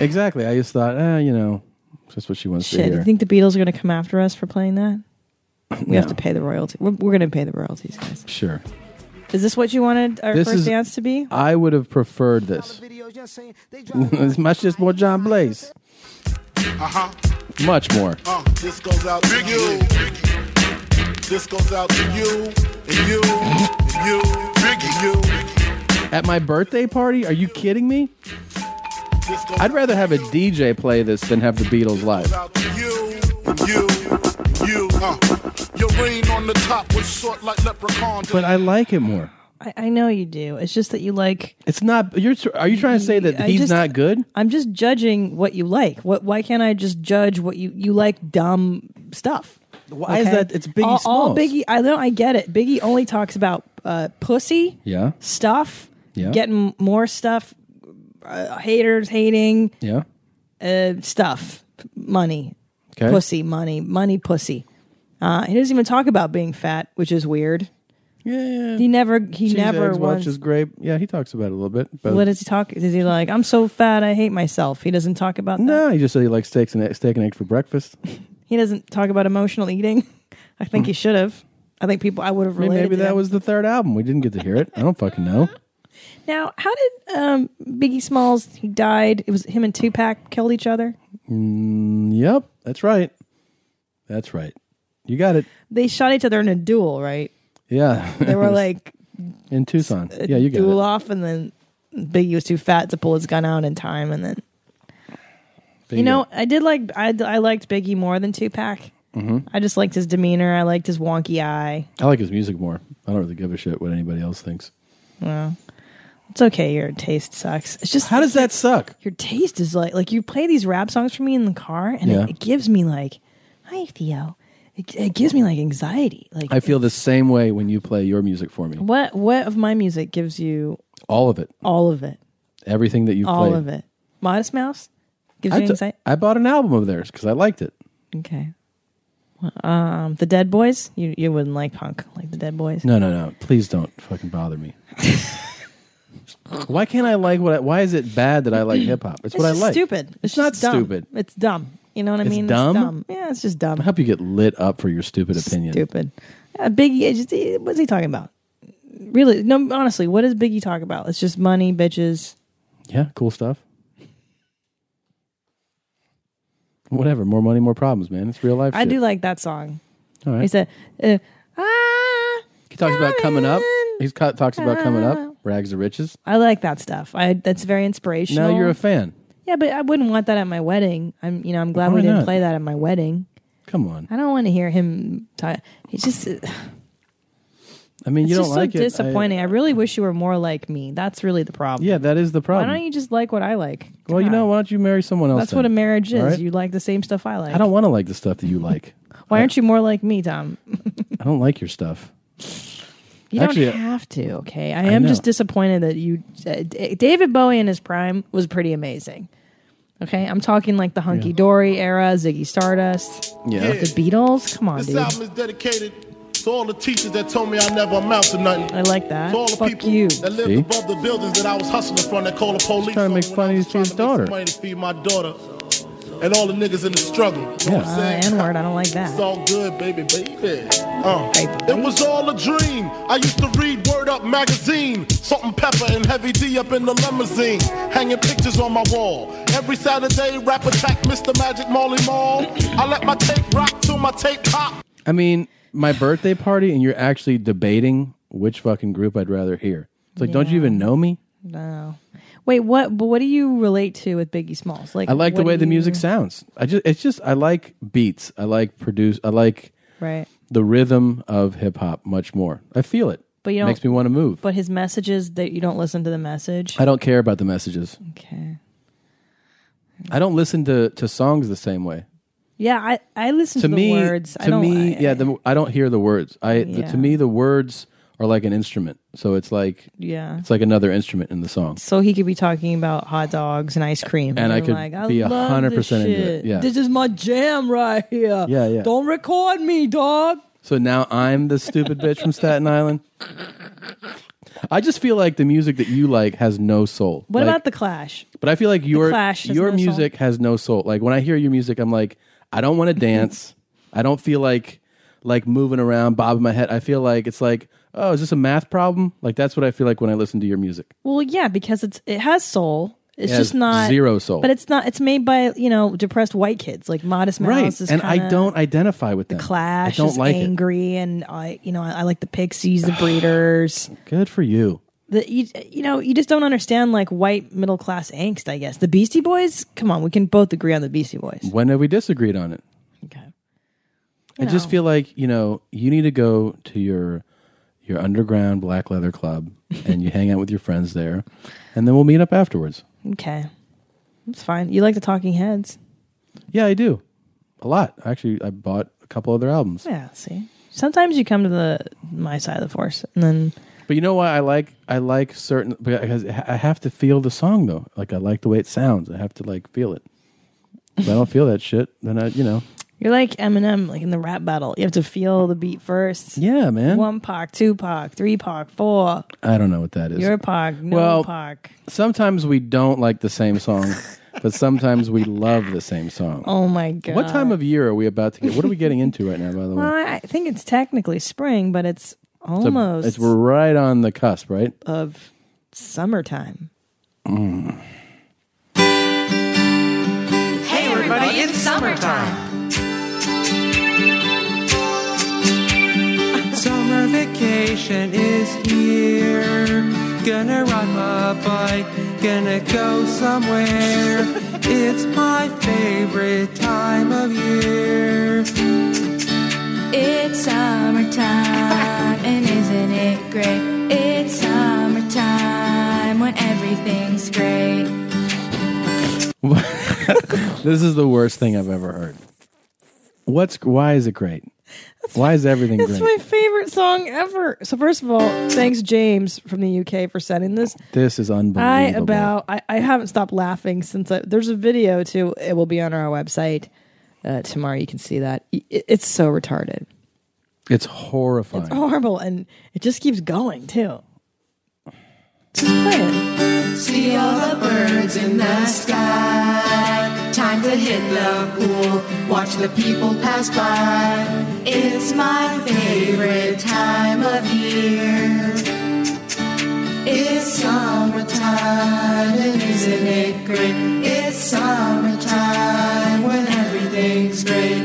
[SPEAKER 3] Exactly. I just thought, eh, you know, it's just what she wants to
[SPEAKER 2] Shit, you
[SPEAKER 3] hear.
[SPEAKER 2] think the Beatles are going to come after us for playing that? We have
[SPEAKER 3] No.
[SPEAKER 2] to pay the royalty. We're, we're going to pay the royalties, guys.
[SPEAKER 3] Sure.
[SPEAKER 2] Is this what you wanted our
[SPEAKER 3] This
[SPEAKER 2] first
[SPEAKER 3] is-
[SPEAKER 2] dance to be?
[SPEAKER 3] I would have preferred this. as much as more John Blaze.
[SPEAKER 18] Uh-huh.
[SPEAKER 3] Much more.
[SPEAKER 18] Uh, this goes out to you. This goes out to you and you and you and you.
[SPEAKER 3] At my birthday party? Are you kidding me? I'd rather have a DJ play this than have the Beatles live.
[SPEAKER 18] You, you, uh, your reign on the top was short like leprechauns.
[SPEAKER 3] But I like it more.
[SPEAKER 2] I, I know you do. It's just that you like.
[SPEAKER 3] It's not. You're. tr- Are you trying to say that
[SPEAKER 2] I
[SPEAKER 3] he's
[SPEAKER 2] just-
[SPEAKER 3] not good?
[SPEAKER 2] I'm just judging what you like. What? Why can't I just judge what you you like? Dumb stuff.
[SPEAKER 3] Why is that- it's Biggie
[SPEAKER 2] all, all
[SPEAKER 3] Smalls.
[SPEAKER 2] Biggie. I know. I get it. Biggie only talks about uh, pussy.
[SPEAKER 3] Yeah.
[SPEAKER 2] Stuff.
[SPEAKER 3] Yeah.
[SPEAKER 2] Getting more stuff. Uh, haters hating.
[SPEAKER 3] Yeah.
[SPEAKER 2] uh, stuff, money,
[SPEAKER 3] Okay.
[SPEAKER 2] pussy, money, money, pussy. Uh, he doesn't even talk about being fat, which is weird.
[SPEAKER 3] Yeah.
[SPEAKER 2] He never, he
[SPEAKER 3] Cheese,
[SPEAKER 2] never
[SPEAKER 3] eggs,
[SPEAKER 2] once.
[SPEAKER 3] watches grape. Yeah, he talks about it a little bit. But
[SPEAKER 2] What does he talk? Is he like, I'm so fat, I hate myself? He doesn't talk about that.
[SPEAKER 3] No, he just said he likes steaks and egg, steak and egg for breakfast.
[SPEAKER 2] He doesn't talk about emotional eating. I think he should have. I think people, I would have
[SPEAKER 3] I mean,
[SPEAKER 2] related.
[SPEAKER 3] maybe
[SPEAKER 2] to
[SPEAKER 3] that
[SPEAKER 2] him.
[SPEAKER 3] was the third album. We didn't get to hear it. I don't fucking know.
[SPEAKER 2] Now, how did um, Biggie Smalls? He died. It was him and Tupac killed each other.
[SPEAKER 3] Mm, yep, that's right. That's right. You got it.
[SPEAKER 2] They shot each other in a duel, right?
[SPEAKER 3] Yeah.
[SPEAKER 2] They were like uh,
[SPEAKER 3] in Tucson.
[SPEAKER 2] a
[SPEAKER 3] Yeah, you got
[SPEAKER 2] duel
[SPEAKER 3] it.
[SPEAKER 2] off, and then Biggie was too fat to pull his gun out in time, and then
[SPEAKER 3] Bingo.
[SPEAKER 2] you know I did like I, I liked Biggie more than Tupac.
[SPEAKER 3] Mhm.
[SPEAKER 2] I just liked his demeanor. I liked his wonky eye.
[SPEAKER 3] I like his music more. I don't really give a shit what anybody else thinks.
[SPEAKER 2] Well, it's okay. Your taste sucks. It's just
[SPEAKER 3] how does that suck?
[SPEAKER 2] Your taste is like like you play these rap songs for me in the car, and
[SPEAKER 3] Yeah.
[SPEAKER 2] it, it gives me like, hi Theo. It, it gives me like anxiety. Like
[SPEAKER 3] I feel the same way when you play your music for me.
[SPEAKER 2] what what of my music gives you
[SPEAKER 3] All of it.
[SPEAKER 2] all of it,
[SPEAKER 3] Everything that you
[SPEAKER 2] all
[SPEAKER 3] played.
[SPEAKER 2] of it. Modest Mouse gives
[SPEAKER 3] I
[SPEAKER 2] you
[SPEAKER 3] t-
[SPEAKER 2] anxiety.
[SPEAKER 3] I bought an album of theirs because I liked it.
[SPEAKER 2] Okay. Um, the Dead Boys. You you wouldn't like punk like the Dead Boys.
[SPEAKER 3] No, no, no. Please don't fucking bother me. why can't I like what? I, why is it bad that I like hip hop?
[SPEAKER 2] It's
[SPEAKER 3] It's, what I
[SPEAKER 2] just
[SPEAKER 3] like.
[SPEAKER 2] Stupid. It's,
[SPEAKER 3] not
[SPEAKER 2] just dumb.
[SPEAKER 3] stupid.
[SPEAKER 2] It's dumb. You know what I
[SPEAKER 3] It's
[SPEAKER 2] mean?
[SPEAKER 3] dumb?
[SPEAKER 2] It's dumb. Yeah, it's just dumb.
[SPEAKER 3] I hope you get lit up for your stupid opinion.
[SPEAKER 2] Stupid. Uh, Biggie. it's just- What's he talking about? Really? No. Honestly, what does Biggie talk about? It's just money, bitches.
[SPEAKER 3] Yeah, cool stuff. Whatever. More money, more problems, man. It's real life.
[SPEAKER 2] I
[SPEAKER 3] shit.
[SPEAKER 2] do like that song.
[SPEAKER 3] All right.
[SPEAKER 2] He said, uh, ah,
[SPEAKER 3] He talks about coming up. He talks about coming up. Rags to riches.
[SPEAKER 2] "I like that stuff. I that's very inspirational."
[SPEAKER 3] Now you're a fan.
[SPEAKER 2] Yeah, but I wouldn't want that at my wedding. I'm, you know, I'm glad
[SPEAKER 3] Why
[SPEAKER 2] we didn't
[SPEAKER 3] not?
[SPEAKER 2] play that at my wedding.
[SPEAKER 3] Come on.
[SPEAKER 2] I don't want to hear him talk. He's just.
[SPEAKER 3] I mean,
[SPEAKER 2] it's
[SPEAKER 3] you don't
[SPEAKER 2] just so
[SPEAKER 3] like it. I-
[SPEAKER 2] disappointing. I, really wish you were more like me. That's really the problem.
[SPEAKER 3] yeah, that is the problem.
[SPEAKER 2] Why don't you just like what I like?
[SPEAKER 3] well, you know, why don't you marry someone else?
[SPEAKER 2] That's what a
[SPEAKER 3] then?
[SPEAKER 2] marriage is.
[SPEAKER 3] All right?
[SPEAKER 2] You like the same stuff I like.
[SPEAKER 3] I don't want to like the stuff that you like.
[SPEAKER 2] Why aren't you more like me, Tom?
[SPEAKER 3] I don't like your stuff.
[SPEAKER 2] You
[SPEAKER 3] Actually,
[SPEAKER 2] don't have to. Okay, I
[SPEAKER 3] I
[SPEAKER 2] am
[SPEAKER 3] know.
[SPEAKER 2] just disappointed that you. Uh, D- David Bowie in his prime was pretty amazing. Okay, I'm talking like the hunky dory era, Ziggy Stardust,
[SPEAKER 18] Yeah.
[SPEAKER 2] the Beatles. Come on,
[SPEAKER 18] This
[SPEAKER 2] dude.
[SPEAKER 18] album is dedicated to all the teachers that told me I never amount to nothing.
[SPEAKER 2] I like that.
[SPEAKER 18] To all the
[SPEAKER 2] Fuck
[SPEAKER 18] people
[SPEAKER 2] you.
[SPEAKER 18] that lived
[SPEAKER 3] See?
[SPEAKER 18] above the buildings that I was hustling from that called the police
[SPEAKER 3] Trying to make fun of his kid's daughter.
[SPEAKER 18] money to feed my daughter and all the niggas in the struggle. Know what I'm
[SPEAKER 2] Uh,
[SPEAKER 18] saying?
[SPEAKER 2] N word. I don't like that.
[SPEAKER 18] It's all good, baby, baby. Uh, it was all a dream. I used to read Word Up magazine, Salt and Pepper and Heavy D up in the limousine, hanging pictures on my wall. Every Saturday, rap attack, Mr. Magic Molly Mall. I let my tape rock till my tape pop.
[SPEAKER 3] I mean, my birthday party, and you're actually debating which fucking group I'd rather hear. It's like, don't you even know me?
[SPEAKER 2] No. Wait, what? But what do you relate to with Biggie Smalls? Like,
[SPEAKER 3] I like the
[SPEAKER 2] what
[SPEAKER 3] way
[SPEAKER 2] do
[SPEAKER 3] the
[SPEAKER 2] you-
[SPEAKER 3] music sounds. I just, it's just, I like beats. I like produce. I like
[SPEAKER 2] Right.
[SPEAKER 3] the rhythm of hip hop much more. I feel it.
[SPEAKER 2] But you don't-
[SPEAKER 3] makes me want to move.
[SPEAKER 2] But his messages that you don't listen to the message.
[SPEAKER 3] I don't care about the messages.
[SPEAKER 2] Okay.
[SPEAKER 3] I don't listen to, to songs the same way.
[SPEAKER 2] Yeah, I I listen to,
[SPEAKER 3] to me,
[SPEAKER 2] the words.
[SPEAKER 3] to
[SPEAKER 2] I don't,
[SPEAKER 3] me, yeah, the, I don't hear the words. I the,
[SPEAKER 2] Yeah.
[SPEAKER 3] to me, the words are like an instrument. So it's like
[SPEAKER 2] Yeah.
[SPEAKER 3] it's like another instrument in the song.
[SPEAKER 2] So he could be talking about hot dogs and ice cream,
[SPEAKER 3] And I
[SPEAKER 2] you're
[SPEAKER 3] could
[SPEAKER 2] like, I
[SPEAKER 3] be
[SPEAKER 2] love
[SPEAKER 3] 100%
[SPEAKER 2] this
[SPEAKER 3] into it.
[SPEAKER 2] shit.
[SPEAKER 3] Yeah.
[SPEAKER 2] this is my jam right here.
[SPEAKER 3] Yeah, yeah.
[SPEAKER 2] Don't record me, dog.
[SPEAKER 3] So now I'm the stupid bitch from Staten Island. I just feel like the music that you like has no soul.
[SPEAKER 2] What
[SPEAKER 3] Like-
[SPEAKER 2] about the Clash?
[SPEAKER 3] But I feel like your
[SPEAKER 2] Clash has
[SPEAKER 3] your
[SPEAKER 2] no soul.
[SPEAKER 3] music has no soul. Like when I hear your music, I'm like, I don't want to dance. I don't feel like like moving around, bobbing my head. I feel like it's like, oh, is this a math problem? Like that's what I feel like when I listen to your music.
[SPEAKER 2] Well, yeah, because it's it has soul. It's
[SPEAKER 3] It has
[SPEAKER 2] just not
[SPEAKER 3] zero soul.
[SPEAKER 2] But it's not. It's made by you know depressed white kids like Modest Mouse.
[SPEAKER 3] right.
[SPEAKER 2] Is
[SPEAKER 3] And I
[SPEAKER 2] kinda-
[SPEAKER 3] don't identify with
[SPEAKER 2] the
[SPEAKER 3] them.
[SPEAKER 2] Clash.
[SPEAKER 3] I don't
[SPEAKER 2] is
[SPEAKER 3] like it.
[SPEAKER 2] angry, and I you know I, I like the Pixies, the Breeders.
[SPEAKER 3] Good for you.
[SPEAKER 2] The, you, you know, you just don't understand like white middle class angst, I guess. The Beastie Boys, come on, we can both agree on the Beastie Boys.
[SPEAKER 3] When have we disagreed on it? Okay. I just feel like, you know, you need to go to your your underground black leather club and you hang out with your friends there and then we'll meet up afterwards.
[SPEAKER 2] Okay. That's fine. You like the Talking Heads.
[SPEAKER 3] Yeah, I do. A lot. Actually, I bought a couple other albums.
[SPEAKER 2] Yeah, see. Sometimes you come to the my side of the force and then
[SPEAKER 3] But you know why I like I like certain because I have to feel the song though. Like I like the way it sounds. I have to like feel it. If I don't feel that shit, then I, you know,
[SPEAKER 2] you're like Eminem, like in the rap battle. You have to feel the beat first.
[SPEAKER 3] Yeah, man.
[SPEAKER 2] One Pac, two Pac, three Pac, four.
[SPEAKER 3] I don't know what that is.
[SPEAKER 2] Your Pac, no
[SPEAKER 3] Well,
[SPEAKER 2] Pac.
[SPEAKER 3] Sometimes we don't like the same song, but sometimes we love the same song.
[SPEAKER 2] Oh my god.
[SPEAKER 3] What time of year are we about to get? What are we getting into right now, by the way?
[SPEAKER 2] Well, I I think it's technically spring, but it's
[SPEAKER 3] It's a-
[SPEAKER 2] almost
[SPEAKER 3] It's, we're right on the cusp, right?
[SPEAKER 2] of summertime.
[SPEAKER 3] Mm.
[SPEAKER 5] Hey, everybody, it's summertime.
[SPEAKER 13] Summer vacation is here. Gonna ride my bike, gonna go somewhere. it's my favorite time of year.
[SPEAKER 17] It's summertime, and isn't it great? It's summertime when everything's great.
[SPEAKER 3] this is the worst thing I've ever heard. What's why is it great? Why is everything
[SPEAKER 2] It's my
[SPEAKER 3] great?
[SPEAKER 2] favorite song ever. So first of all, thanks James from the UK for sending this.
[SPEAKER 3] this is unbelievable.
[SPEAKER 2] I about I, I haven't stopped laughing since I, there's a video too. It will be on our website Uh, tomorrow you can see that. I- It's so retarded.
[SPEAKER 3] It's horrifying.
[SPEAKER 2] It's horrible, and it just keeps going too. Just play it.
[SPEAKER 5] See all the birds in the sky. Time to hit the pool. Watch the people pass by. It's my favorite time of year. It's summertime, and isn't it great? It's summertime when everything's great.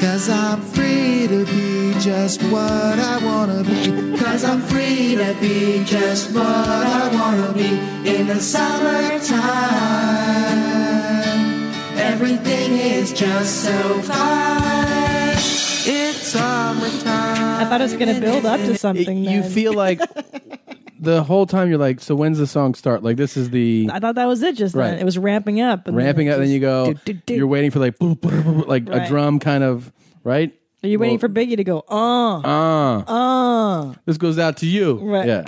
[SPEAKER 5] Cause I'm free to be just what I wanna be. Cause I'm free to be just what I wanna be in the summertime. Everything is just so fine. It's summertime.
[SPEAKER 2] I thought it was going to build up to something.
[SPEAKER 3] you
[SPEAKER 2] then.
[SPEAKER 3] feel like the whole time you're like, so when's the song start? Like this is the
[SPEAKER 2] I thought that was it. Just
[SPEAKER 3] Right.
[SPEAKER 2] then, it was ramping up. And
[SPEAKER 3] ramping up, then you go, you're waiting for like boop, boop, boop, like a
[SPEAKER 2] Right.
[SPEAKER 3] drum kind of right.
[SPEAKER 2] Are you waiting for Biggie to go? Uh,
[SPEAKER 3] Ah,
[SPEAKER 2] uh.
[SPEAKER 3] this goes out to you.
[SPEAKER 2] Right.
[SPEAKER 3] Yeah.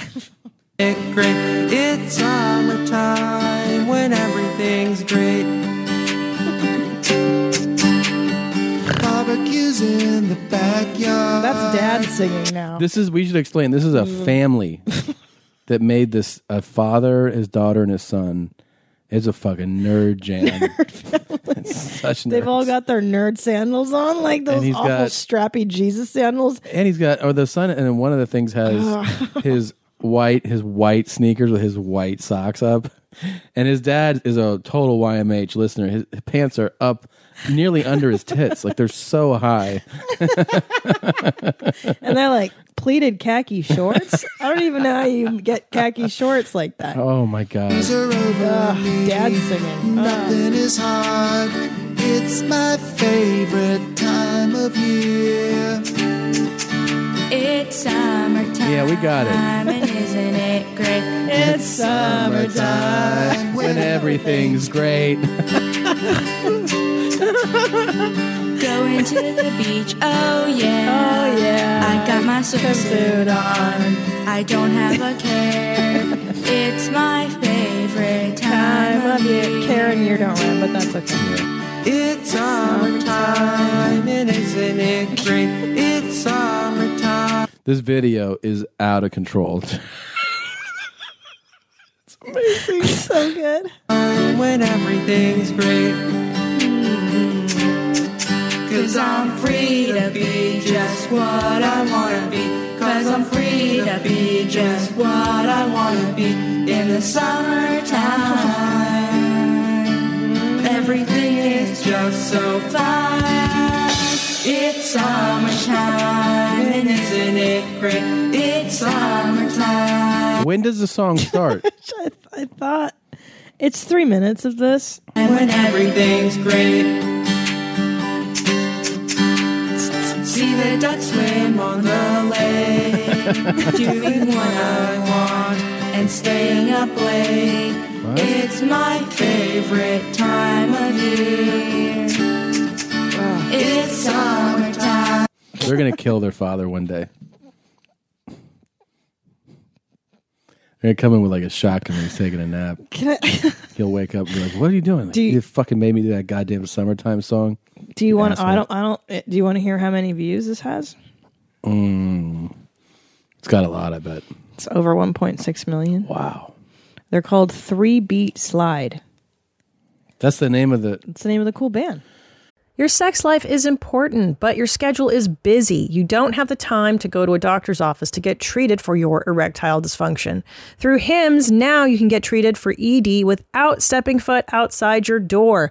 [SPEAKER 5] It's summertime when everything's great. Barbecues in the backyard.
[SPEAKER 2] That's dad singing now.
[SPEAKER 3] This is we should explain. This is a
[SPEAKER 2] Mhm.
[SPEAKER 3] family that made this a father, his daughter, and his son. It's a fucking nerd jam. it's such
[SPEAKER 2] They've
[SPEAKER 3] nerd.
[SPEAKER 2] all got their nerd sandals on, like those
[SPEAKER 3] he's
[SPEAKER 2] awful
[SPEAKER 3] got-
[SPEAKER 2] strappy Jesus sandals.
[SPEAKER 3] and he's got or the son and then one of the things has his white his white sneakers with his white socks up. And his dad is a total YMH listener. His pants are up nearly under his tits. Like they're so high.
[SPEAKER 2] and they're like pleated khaki shorts. I don't even know how you get khaki shorts like that.
[SPEAKER 3] Oh my god.
[SPEAKER 2] Ugh, dad singing.
[SPEAKER 5] Nothing is hard. It's my favorite time of year.
[SPEAKER 17] It's summertime.
[SPEAKER 3] Yeah, we got it.
[SPEAKER 17] And isn't it great?
[SPEAKER 2] It's um,
[SPEAKER 3] Summertime when everything's great.
[SPEAKER 17] Going to the beach, oh yeah.
[SPEAKER 2] Oh yeah.
[SPEAKER 17] I got my swimsuit on. I don't have a care. it's my favorite time,
[SPEAKER 2] Time of year.
[SPEAKER 17] year.
[SPEAKER 2] Karen, you don't run, but that's okay.
[SPEAKER 5] It's summertime, and isn't it great? It's summertime.
[SPEAKER 3] This video is out of control.
[SPEAKER 2] Amazing. so good.
[SPEAKER 5] When everything's great. Cause I'm free to be just what I wanna be. Cause I'm free to be just what I wanna be in the summertime. Everything is just so fine. It's summertime, and isn't it great? It's summertime.
[SPEAKER 3] when does the song start?
[SPEAKER 2] I, I thought it's three minutes of this.
[SPEAKER 5] And when everything's great. See the ducks swim on the lake, doing what I want and staying up late.
[SPEAKER 17] What?
[SPEAKER 5] It's my favorite time of year. It's summertime.
[SPEAKER 3] They're gonna kill their father one day. They're gonna come in with like a shotgun when he's taking a nap.
[SPEAKER 2] Can I,
[SPEAKER 3] He'll wake up and be like, "What are you doing?
[SPEAKER 2] Do
[SPEAKER 3] you,
[SPEAKER 2] you-
[SPEAKER 3] fucking made me do that goddamn summertime song."
[SPEAKER 2] do you want?
[SPEAKER 3] Asshole.
[SPEAKER 2] I don't. I don't. eh, Do you want to hear how many views this has?
[SPEAKER 3] Mm. It's got a lot, I bet.
[SPEAKER 2] It's over 1.6 million.
[SPEAKER 3] Wow.
[SPEAKER 2] They're called Three Beat Slide.
[SPEAKER 3] That's the name of the.
[SPEAKER 2] It's the name of the cool band.
[SPEAKER 19] Your sex life is important, but your schedule is busy. You don't have the time to go to a doctor's office to get treated for your erectile dysfunction. Through HIMS, now you can get treated for ED without stepping foot outside your door.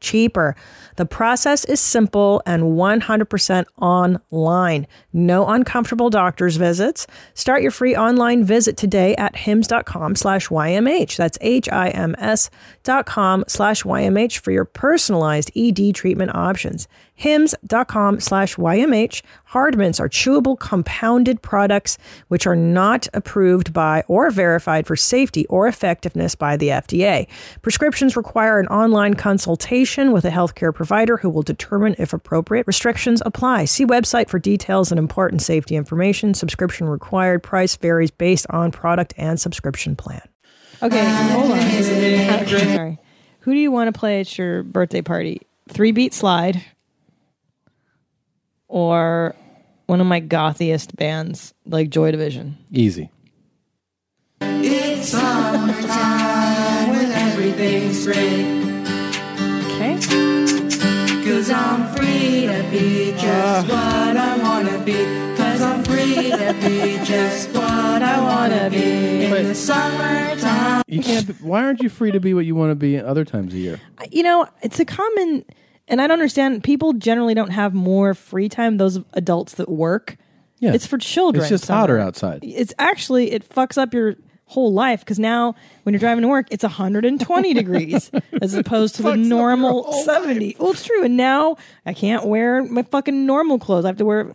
[SPEAKER 19] cheaper. The process is simple and 100% online. No uncomfortable doctor's visits. Start your free online visit today at hims.com slash YMH. That's H-I-M-S dot com slash YMH for your personalized ED treatment options. Hims.com slash YMH. Hardmints are chewable compounded products which are not approved by or verified for safety or effectiveness by the FDA. Prescriptions require an online consultation with a healthcare provider who will determine if appropriate. Restrictions apply. See website for details and important safety information. Subscription required. Price varies based on product and subscription plan.
[SPEAKER 2] Okay, hold on. Sorry. Who do you want to play at your birthday party? Three Beat Slide or one of my gothiest bands like Joy Division?
[SPEAKER 3] Easy.
[SPEAKER 5] It's summertime when everything's great.
[SPEAKER 2] Okay.
[SPEAKER 5] Cause I'm free to be just what I wanna be. Cause I'm free to be just what I wanna be. In the summertime.
[SPEAKER 3] You can't. Be, why aren't you free to be what you want to be other times of year?
[SPEAKER 2] You know, it's a common, and I don't understand. People generally don't have more free time. Those adults that work,
[SPEAKER 3] Yeah.
[SPEAKER 2] it's for children.
[SPEAKER 3] It's just
[SPEAKER 2] summer.
[SPEAKER 3] hotter outside.
[SPEAKER 2] It's actually it fucks up your whole life because now when you're driving to work, it's 120 degrees as opposed to the normal 70. Well, it's true. And now I can't wear my fucking normal clothes. I have to wear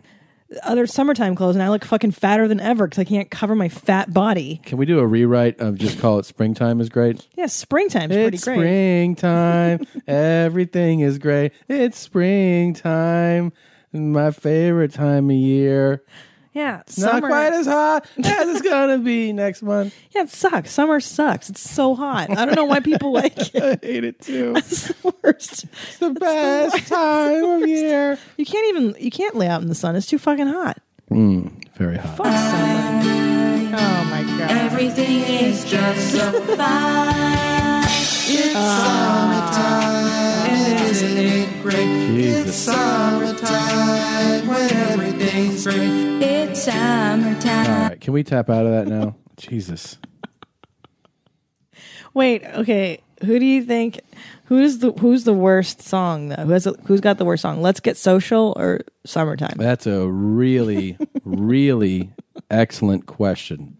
[SPEAKER 2] other summertime clothes, and I look fucking fatter than ever because I can't cover my fat body.
[SPEAKER 3] Can we do a rewrite of just call it springtime is great?
[SPEAKER 2] Yeah, springtime's pretty
[SPEAKER 3] It's
[SPEAKER 2] great.
[SPEAKER 3] springtime. Everything is great. It's springtime. My favorite time of year.
[SPEAKER 2] Yeah,
[SPEAKER 3] It's not quite as hot as it's gonna be next month.
[SPEAKER 2] Yeah, it sucks. Summer sucks. It's so hot. I don't know why people like it.
[SPEAKER 3] I hate it too.
[SPEAKER 2] It's the worst. It's
[SPEAKER 3] the best time of year.
[SPEAKER 2] You can't even you can't lay out in the sun. It's too fucking hot.
[SPEAKER 3] Mm, very hot.
[SPEAKER 2] Fuck summer. Oh my god.
[SPEAKER 5] Everything is just so fine. It's summertime, isn't it great? It's
[SPEAKER 3] Jesus.
[SPEAKER 5] summertime when everything's great.
[SPEAKER 17] It's
[SPEAKER 3] All
[SPEAKER 17] summertime.
[SPEAKER 3] right, can we tap out of that now? Jesus.
[SPEAKER 2] Wait, okay. Who do you think who's the who's the worst song though? Who has who's got the worst song? Let's get social or summertime?
[SPEAKER 3] That's a really, really excellent question.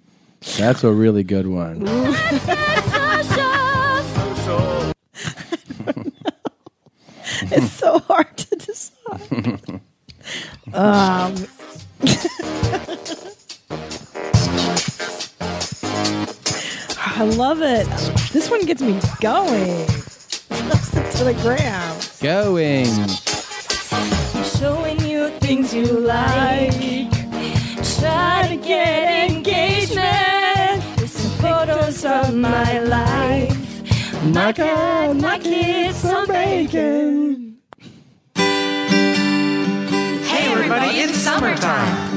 [SPEAKER 3] That's a really good one.
[SPEAKER 2] it's so hard to decide. um I love it. This one gets me going. to the gram.
[SPEAKER 3] Going.
[SPEAKER 17] Showing you things you like. Try to get engagement. With some photos of my life.
[SPEAKER 3] My God,
[SPEAKER 17] My kids some bacon.
[SPEAKER 5] Hey, everybody, it's summertime.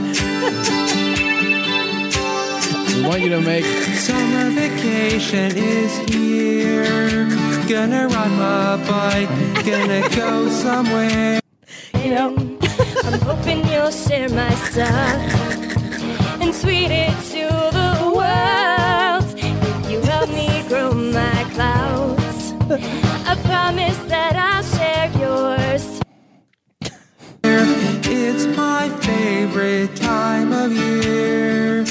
[SPEAKER 3] We want you to make
[SPEAKER 5] Summer vacation is here. Gonna ride my bike, gonna go somewhere.
[SPEAKER 17] You know, I'm hoping you'll share my stuff and tweet it to the world. If you help me grow my clouds, I promise that I'll share yours.
[SPEAKER 5] It's my favorite time of year.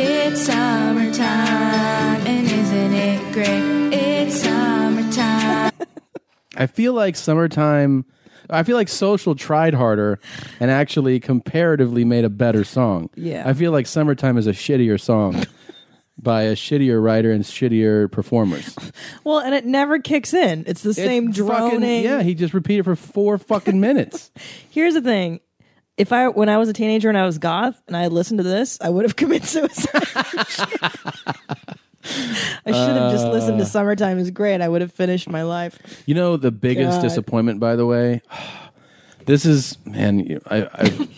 [SPEAKER 17] It's summertime, and isn't it great? It's summertime.
[SPEAKER 3] I feel like summertime. I feel like social tried harder and actually comparatively made a better song.
[SPEAKER 2] Yeah.
[SPEAKER 3] I feel like summertime is a shittier song by a shittier writer and shittier performers.
[SPEAKER 2] Well, and it never kicks in. It's the same droning.
[SPEAKER 3] Fucking, yeah, he just repeated for four fucking minutes.
[SPEAKER 2] Here's the thing. If I when I was a teenager and I was goth and I had listened to this, I would have committed suicide. I should have just listened to
[SPEAKER 3] Uh.
[SPEAKER 2] "Summertime is Great." I would have finished my life.
[SPEAKER 3] You know the biggest
[SPEAKER 2] God.
[SPEAKER 3] disappointment, by the way. This is man. you- I, I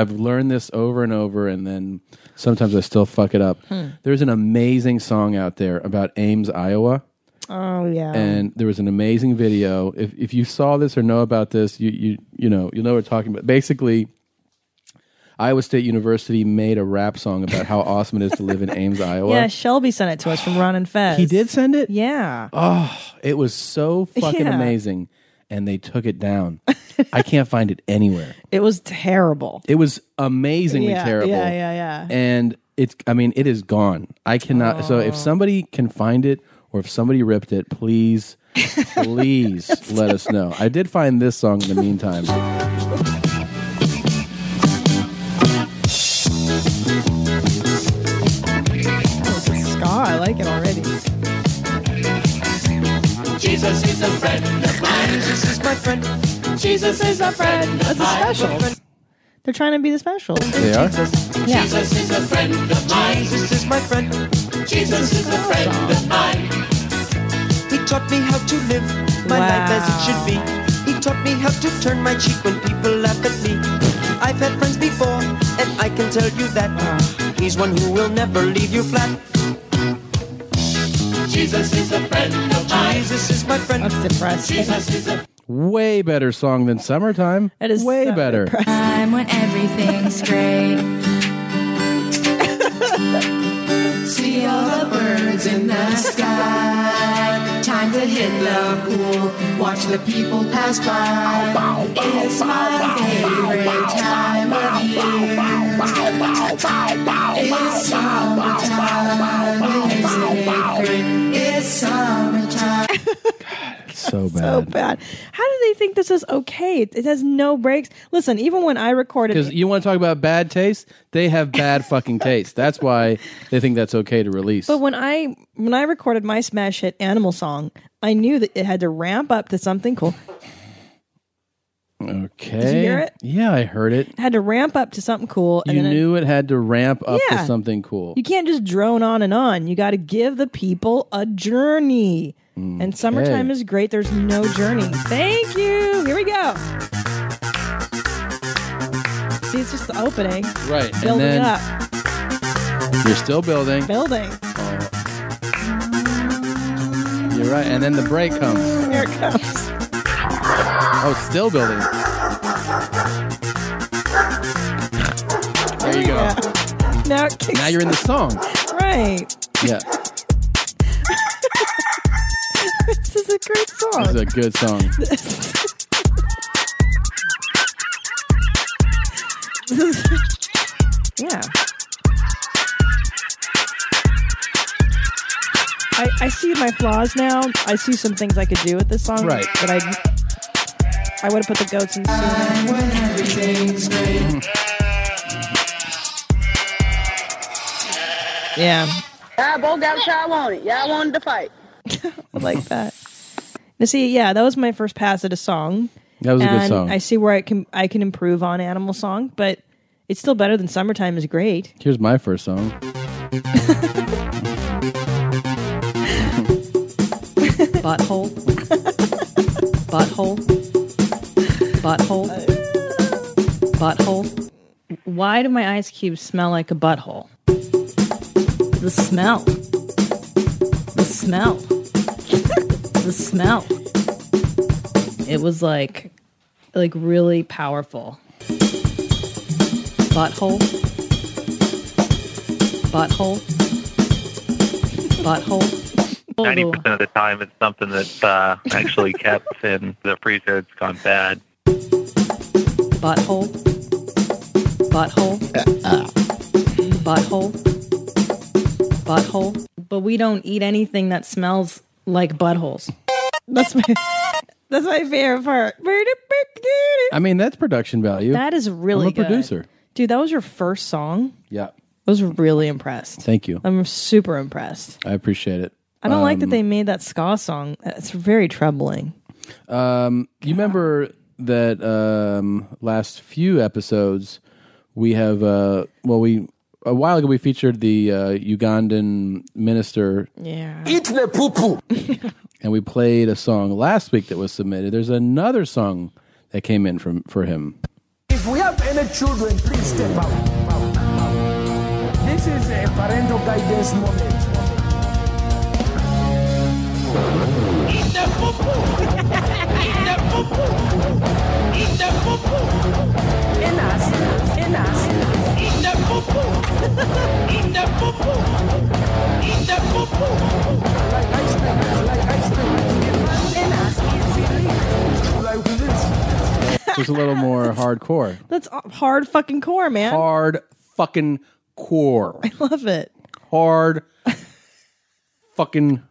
[SPEAKER 3] I've learned this over and over, and then sometimes I still fuck it up.
[SPEAKER 2] Hmm.
[SPEAKER 3] There's an amazing song out there about Ames, Iowa,
[SPEAKER 2] Oh yeah.
[SPEAKER 3] and there was an amazing video. If if you saw this or know about this, you you you know you know what we're talking about. Basically. Iowa State University made a rap song about how awesome it is to live in Ames, Iowa.
[SPEAKER 2] yeah, Shelby sent it to us from Ron and Fez.
[SPEAKER 3] He did send it?
[SPEAKER 2] Yeah.
[SPEAKER 3] Oh, it was so fucking
[SPEAKER 2] Yeah.
[SPEAKER 3] amazing, and they took it down. I can't find it anywhere.
[SPEAKER 2] It was terrible.
[SPEAKER 3] It was amazingly
[SPEAKER 2] Yeah,
[SPEAKER 3] terrible.
[SPEAKER 2] yeah, yeah, yeah.
[SPEAKER 3] And it's, I mean, it is gone. I cannot. So
[SPEAKER 2] Oh.
[SPEAKER 3] if somebody can find it or if somebody ripped it, please, please let us know. I did find this song in the meantime.
[SPEAKER 2] Ska, I like it already.
[SPEAKER 5] Jesus is a friend of mine. Jesus is my friend. Jesus is a friend. That's a special.
[SPEAKER 2] They're trying to be the specials.
[SPEAKER 3] They are?
[SPEAKER 2] Yeah.
[SPEAKER 5] Jesus is a friend of mine. Jesus is my friend. Jesus is a friend of mine. He taught me how to live my life as it should be. He taught me how to turn my cheek when people laugh at me. I've had friends before, and I can tell you that he's one who will never leave you flat. Jesus is a friend of mine. Jesus is my friend.
[SPEAKER 2] I'm depressed.
[SPEAKER 5] Jesus is a
[SPEAKER 3] Way better song than Summertime. It is way better.
[SPEAKER 5] time when everything's great. See all the birds in the sky. Time to hit the pool. Watch the people pass by. It's my favorite time of year. It's summertime, isn't it great? It's summertime.
[SPEAKER 3] So bad.
[SPEAKER 2] So bad. How do they think this is okay? It, it has no breaks. Listen, even when I
[SPEAKER 3] Because
[SPEAKER 2] recorded,
[SPEAKER 3] you want to talk about bad taste? They have bad fucking taste. That's why they think that's okay to release.
[SPEAKER 2] but when I when I recorded my smash hit "Animal Song," I knew that it had to ramp up to something cool.
[SPEAKER 3] Okay.
[SPEAKER 2] Did you hear it?
[SPEAKER 3] Yeah, I heard it.
[SPEAKER 2] It had to ramp up to something cool. And
[SPEAKER 3] You
[SPEAKER 2] then it-
[SPEAKER 3] knew it had to ramp up
[SPEAKER 2] Yeah.
[SPEAKER 3] to something cool.
[SPEAKER 2] you can't just drone on and on. You got to give the people a journey.
[SPEAKER 3] Mm,
[SPEAKER 2] And summertime is great. There's no journey. Thank you. Here we go. See, it's just the opening.
[SPEAKER 3] Right.
[SPEAKER 2] Building
[SPEAKER 3] and then
[SPEAKER 2] up.
[SPEAKER 3] You're still building.
[SPEAKER 2] Building.
[SPEAKER 3] You're right. And then the break comes.
[SPEAKER 2] Here it comes.
[SPEAKER 3] Oh, it's still building. There you go.
[SPEAKER 2] Now it kicks-
[SPEAKER 3] Now you're in the song.
[SPEAKER 2] Right.
[SPEAKER 3] Yeah.
[SPEAKER 2] this is a great song.
[SPEAKER 3] This is a good song.
[SPEAKER 2] yeah. I, I see my flaws now. I see some things I could do with this song.
[SPEAKER 5] Right.
[SPEAKER 2] But I I would have put the goats in sooner.
[SPEAKER 5] When everything's great.
[SPEAKER 2] Yeah.
[SPEAKER 10] Y'all both got what y'all wanted. Y'all wanted to fight.
[SPEAKER 2] I like that. Now, see, yeah, that was my first pass at a song.
[SPEAKER 3] That was a good
[SPEAKER 2] And
[SPEAKER 3] song.
[SPEAKER 2] I see where I can I can improve on Animal Song, but it's still better than Summertime is great.
[SPEAKER 3] Here's my first song.
[SPEAKER 2] Butthole. Butthole. Butthole. Butthole. Why do my ice cubes smell like a butthole? The smell. The smell. the smell. It was like like really powerful. Butthole. Butthole. Butthole.
[SPEAKER 20] Ninety percent of the time, it's something that's uh, actually kept in the freezer. It's gone bad.
[SPEAKER 2] Butthole. Butthole. Butthole. Butthole. But we don't eat anything that smells like buttholes. That's my that's my favorite part.
[SPEAKER 3] I mean, that's production value.
[SPEAKER 2] That is really
[SPEAKER 3] I'm a
[SPEAKER 2] good.
[SPEAKER 3] producer.
[SPEAKER 2] Dude, that was your first song.
[SPEAKER 3] Yeah.
[SPEAKER 2] I was really impressed.
[SPEAKER 3] Thank you.
[SPEAKER 2] I'm super impressed.
[SPEAKER 3] I appreciate it.
[SPEAKER 2] I don't like that
[SPEAKER 3] Um,
[SPEAKER 2] they made that ska song. It's very troubling.
[SPEAKER 3] Um, you remember that um, last few episodes we have uh, well we a while ago we featured the uh, Ugandan minister
[SPEAKER 2] Yeah.
[SPEAKER 5] Eat the poo poo.
[SPEAKER 3] and we played a song last week that was submitted. There's another song that came in from for him.
[SPEAKER 21] If we have any children, please step out. This is a parental guidance moment.
[SPEAKER 5] Eat the poo poo. Eat the poo poo. Eat the poo poo. In us. In us. Eat the poo poo. Eat the poo poo. Eat the poo poo. Like ice cream. Like ice cream.
[SPEAKER 3] Just a little more hardcore.
[SPEAKER 2] That's hard fucking core, man.
[SPEAKER 3] Hard fucking core.
[SPEAKER 2] I love it.
[SPEAKER 3] Hard fucking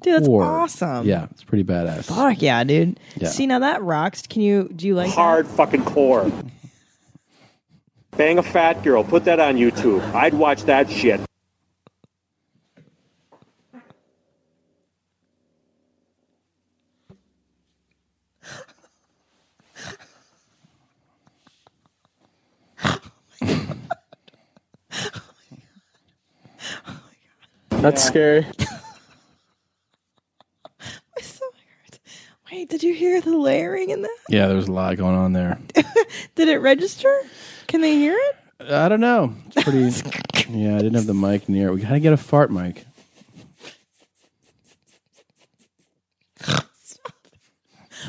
[SPEAKER 2] Dude, that's
[SPEAKER 3] core.
[SPEAKER 2] awesome.
[SPEAKER 3] Yeah, it's pretty badass.
[SPEAKER 2] Fuck yeah, dude.
[SPEAKER 3] Yeah.
[SPEAKER 2] See now that rocks. Can you do you like that?
[SPEAKER 1] Hard fucking core. Bang a fat girl. Put that on YouTube. I'd watch that shit.
[SPEAKER 22] That's scary.
[SPEAKER 2] My stomach hurts. Wait, did you hear the layering in that?
[SPEAKER 3] Yeah, there's a lot going on there.
[SPEAKER 2] Did it register? Can they hear it?
[SPEAKER 3] I don't know. It's pretty. yeah, I didn't have the mic near. it. We gotta get a fart mic.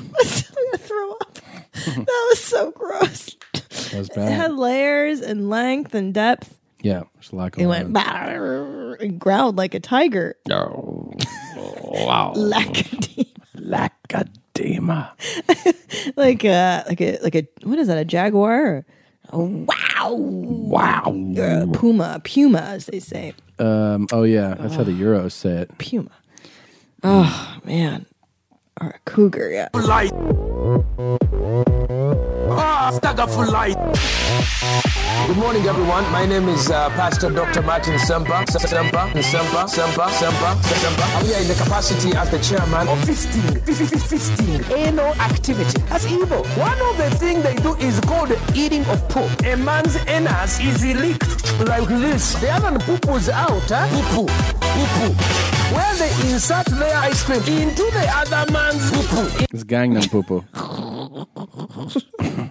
[SPEAKER 2] My stomach threw up. that was so gross.
[SPEAKER 3] That was
[SPEAKER 2] It had
[SPEAKER 3] bad.
[SPEAKER 2] layers and length and depth.
[SPEAKER 3] Yeah, there's a lot
[SPEAKER 2] It
[SPEAKER 3] going
[SPEAKER 2] went
[SPEAKER 3] on. Mm.
[SPEAKER 2] "Barrr," and growled like a tiger.
[SPEAKER 3] No. Oh, wow.
[SPEAKER 2] Lacadema.
[SPEAKER 3] Lacadema.
[SPEAKER 2] like a like a like a what is that? A jaguar? A wow.
[SPEAKER 3] Wow.
[SPEAKER 2] Uh, puma. Puma, as they say.
[SPEAKER 3] Um, oh yeah, that's how the Euros say it.
[SPEAKER 2] Puma. Oh man. Or a cougar, yeah.
[SPEAKER 9] Light. Ah, stagger for light.
[SPEAKER 21] Good morning, everyone. My name is uh, Pastor Dr. Martin Sempa. Sempa, Sempa, Sempa, Sempa, Sempa. And We are in the capacity as the chairman of fisting, f- f- f- fisting, anal activity. That's evil. One of the things they do is called the eating of poop. A man's anus is licked like this. The other poop was out, huh? Poo-poo, poo-poo. Where they insert their ice cream into the other man's poo-poo.
[SPEAKER 3] It's Gangnam Poo Poo. All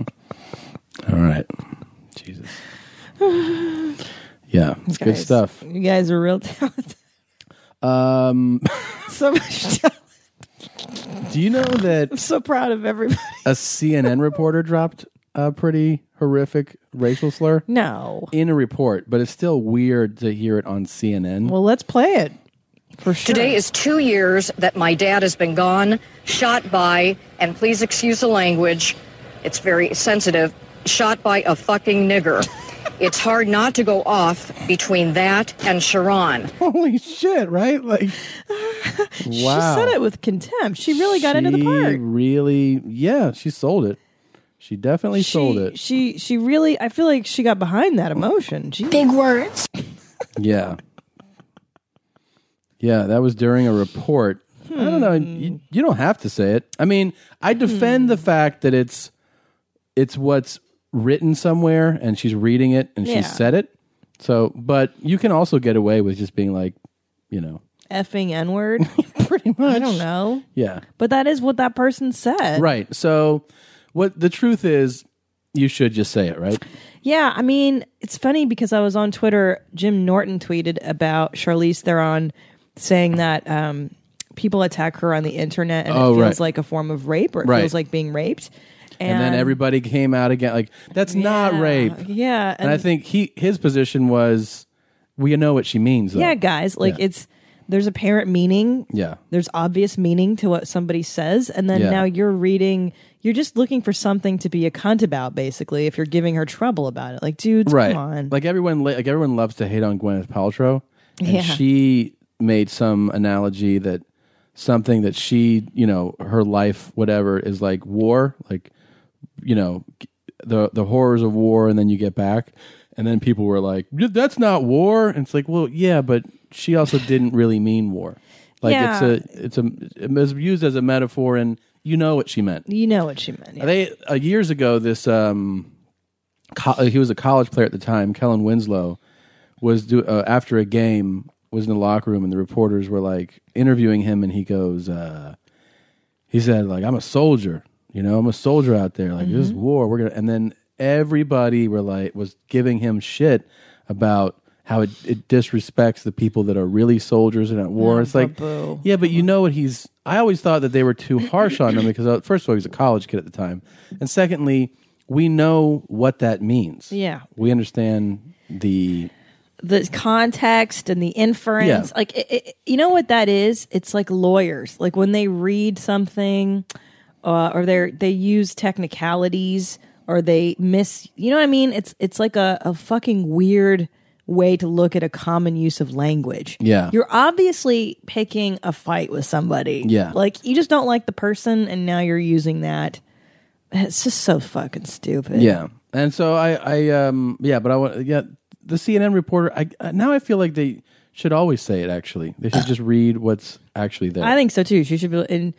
[SPEAKER 3] right. Jesus. Yeah, it's good
[SPEAKER 2] Guys,
[SPEAKER 3] stuff.
[SPEAKER 2] You guys are real talented.
[SPEAKER 3] Um,
[SPEAKER 2] so much talent.
[SPEAKER 3] do you know that
[SPEAKER 2] I'm so proud of everybody.
[SPEAKER 3] a CNN reporter dropped a pretty horrific racial slur?
[SPEAKER 2] No.
[SPEAKER 3] In a report, but it's still weird to hear it on CNN.
[SPEAKER 2] Well, let's play it. For sure.
[SPEAKER 23] Today is two years that my dad has been gone, shot by, and please excuse the language, it's very sensitive, shot by a fucking nigger. It's hard not to go off between that and Sharon.
[SPEAKER 3] Holy shit, right? Like,
[SPEAKER 2] She said it with contempt. She really got into the
[SPEAKER 3] She
[SPEAKER 2] part.
[SPEAKER 3] Really, yeah, she sold it. She definitely sold it.
[SPEAKER 2] She she really I feel like she got behind that emotion. Big words.
[SPEAKER 3] Yeah. Yeah, that was during a report. I don't know. You, you don't have to say it. I mean, I defend the fact that it's it's what's written somewhere and she's reading it and
[SPEAKER 2] Yeah.
[SPEAKER 3] she said it. So, but you can also get away with just being like, you know,
[SPEAKER 2] Effing N word. Pretty much. I don't know.
[SPEAKER 3] yeah.
[SPEAKER 2] But that is what that person said.
[SPEAKER 3] Right. So, what the truth is, you should just say it, right?
[SPEAKER 2] Yeah, I mean, it's funny because I was on Twitter. Jim Norton tweeted about Charlize Theron saying that um, people attack her on the internet and
[SPEAKER 3] Oh,
[SPEAKER 2] it feels
[SPEAKER 3] right.
[SPEAKER 2] like a form of rape or it
[SPEAKER 3] Right.
[SPEAKER 2] feels like being raped.
[SPEAKER 3] And, then everybody came out again like that's not rape.
[SPEAKER 2] uh, Yeah.
[SPEAKER 3] And, I think he his position was we know what she means though.
[SPEAKER 2] yeah, guys, like
[SPEAKER 3] Yeah.
[SPEAKER 2] it's there's apparent meaning
[SPEAKER 3] Yeah.
[SPEAKER 2] there's obvious meaning to what somebody says and then
[SPEAKER 3] Yeah.
[SPEAKER 2] now you're reading you're just looking for something to be a cunt about basically if you're giving her trouble about it like dudes
[SPEAKER 3] right.
[SPEAKER 2] come on
[SPEAKER 3] Like everyone, li- like everyone loves to hate on Gwyneth Paltrow, and
[SPEAKER 2] Yeah.
[SPEAKER 3] she made some analogy that something that she, you know, her life, whatever, is like war, like you know, g- the the horrors of war, and then you get back, and then people were like, "Yeah, "That's not war," and it's like, well, yeah, but she also didn't really mean war. Like
[SPEAKER 2] Yeah.
[SPEAKER 3] it's a it's a it was used as a metaphor, and you know what she meant.
[SPEAKER 2] you know what she meant
[SPEAKER 3] They uh, years ago, this um, co- uh, he was a college player at the time. Kellen Winslow was do- uh, after a game was in the locker room, and the reporters were like interviewing him, and he goes, uh, he said like I'm a soldier, you know, I'm a soldier out there. Like this is
[SPEAKER 24] Mhm.
[SPEAKER 3] war, we're gonna. And then everybody were like was giving him shit about. How it, it disrespects the people that are really soldiers and at
[SPEAKER 2] Oh,
[SPEAKER 3] war. it's like,
[SPEAKER 2] boo-boo.
[SPEAKER 3] yeah, but you know what he's. I always thought that they were too harsh on him because, uh, first of all, he's a college kid at the time. And secondly, we know what that means.
[SPEAKER 2] yeah
[SPEAKER 3] We understand the.
[SPEAKER 2] the context and the inference
[SPEAKER 3] Yeah.
[SPEAKER 2] like it, it, you know what that is it's like lawyers like when they read something uh, or they they use technicalities or they miss. You know what I mean? It's it's like a, a fucking weird way to look at a common use of language.
[SPEAKER 3] Yeah.
[SPEAKER 2] you're obviously picking a fight with somebody.
[SPEAKER 3] Yeah.
[SPEAKER 2] like you just don't like the person, and now you're using that. It's just so fucking stupid.
[SPEAKER 3] Yeah, and so I, I, um, yeah, but I want, yeah, the CNN reporter. I I- now I feel like they should always say it. Actually, they should just read what's actually there.
[SPEAKER 2] I think so too. She should be in.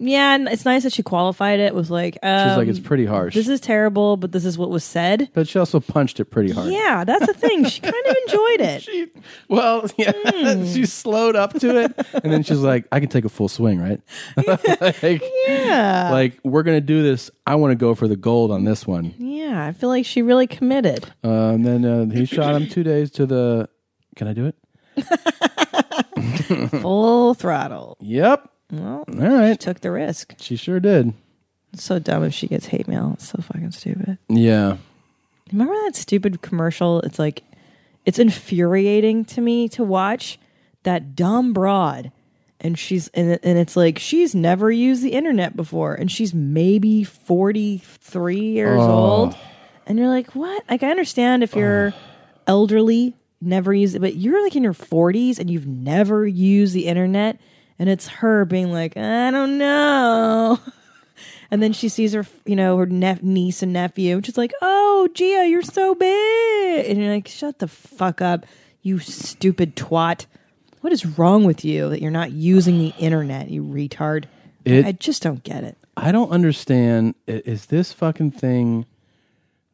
[SPEAKER 2] Yeah, and it's nice that she qualified it with like. Um,
[SPEAKER 3] like, "It's pretty harsh."
[SPEAKER 2] This is terrible, but this is what was said.
[SPEAKER 3] but she also punched it pretty hard.
[SPEAKER 2] Yeah, that's the thing. She kind of enjoyed it.
[SPEAKER 3] Well, yeah,
[SPEAKER 2] Hmm.
[SPEAKER 3] she slowed up to it, and then she's like, "I can take a full swing, right?" like,
[SPEAKER 2] yeah,
[SPEAKER 3] like we're gonna do this. I want to go for the gold on this one.
[SPEAKER 2] yeah, I feel like she really committed.
[SPEAKER 3] Uh, and then uh, he shot him two days to the. Can I do it?
[SPEAKER 2] Full throttle.
[SPEAKER 3] Yep.
[SPEAKER 2] Well, all
[SPEAKER 3] right.
[SPEAKER 2] took the risk.
[SPEAKER 3] She sure did.
[SPEAKER 2] So dumb if she gets hate mail. It's so fucking stupid.
[SPEAKER 3] Yeah.
[SPEAKER 2] Remember that stupid commercial? It's like, it's infuriating to me to watch that dumb broad. And she's, and, it- and it's like, she's never used the internet before. And she's maybe 43 years
[SPEAKER 25] Oh.
[SPEAKER 2] old. And you're like, what? Like, I understand if you're elderly, never use it, but you're like in your 40s and you've never used the internet. And it's her being like, I don't know. And then she sees her, you know, her nep- niece and nephew, and she's like, "Oh, Gia, you're so big," and you're like, "Shut the fuck up, you stupid twat! What is wrong with you that you're not using the internet, you retard?"
[SPEAKER 3] It-
[SPEAKER 2] I just don't get it.
[SPEAKER 3] I don't understand. i- Is this fucking thing?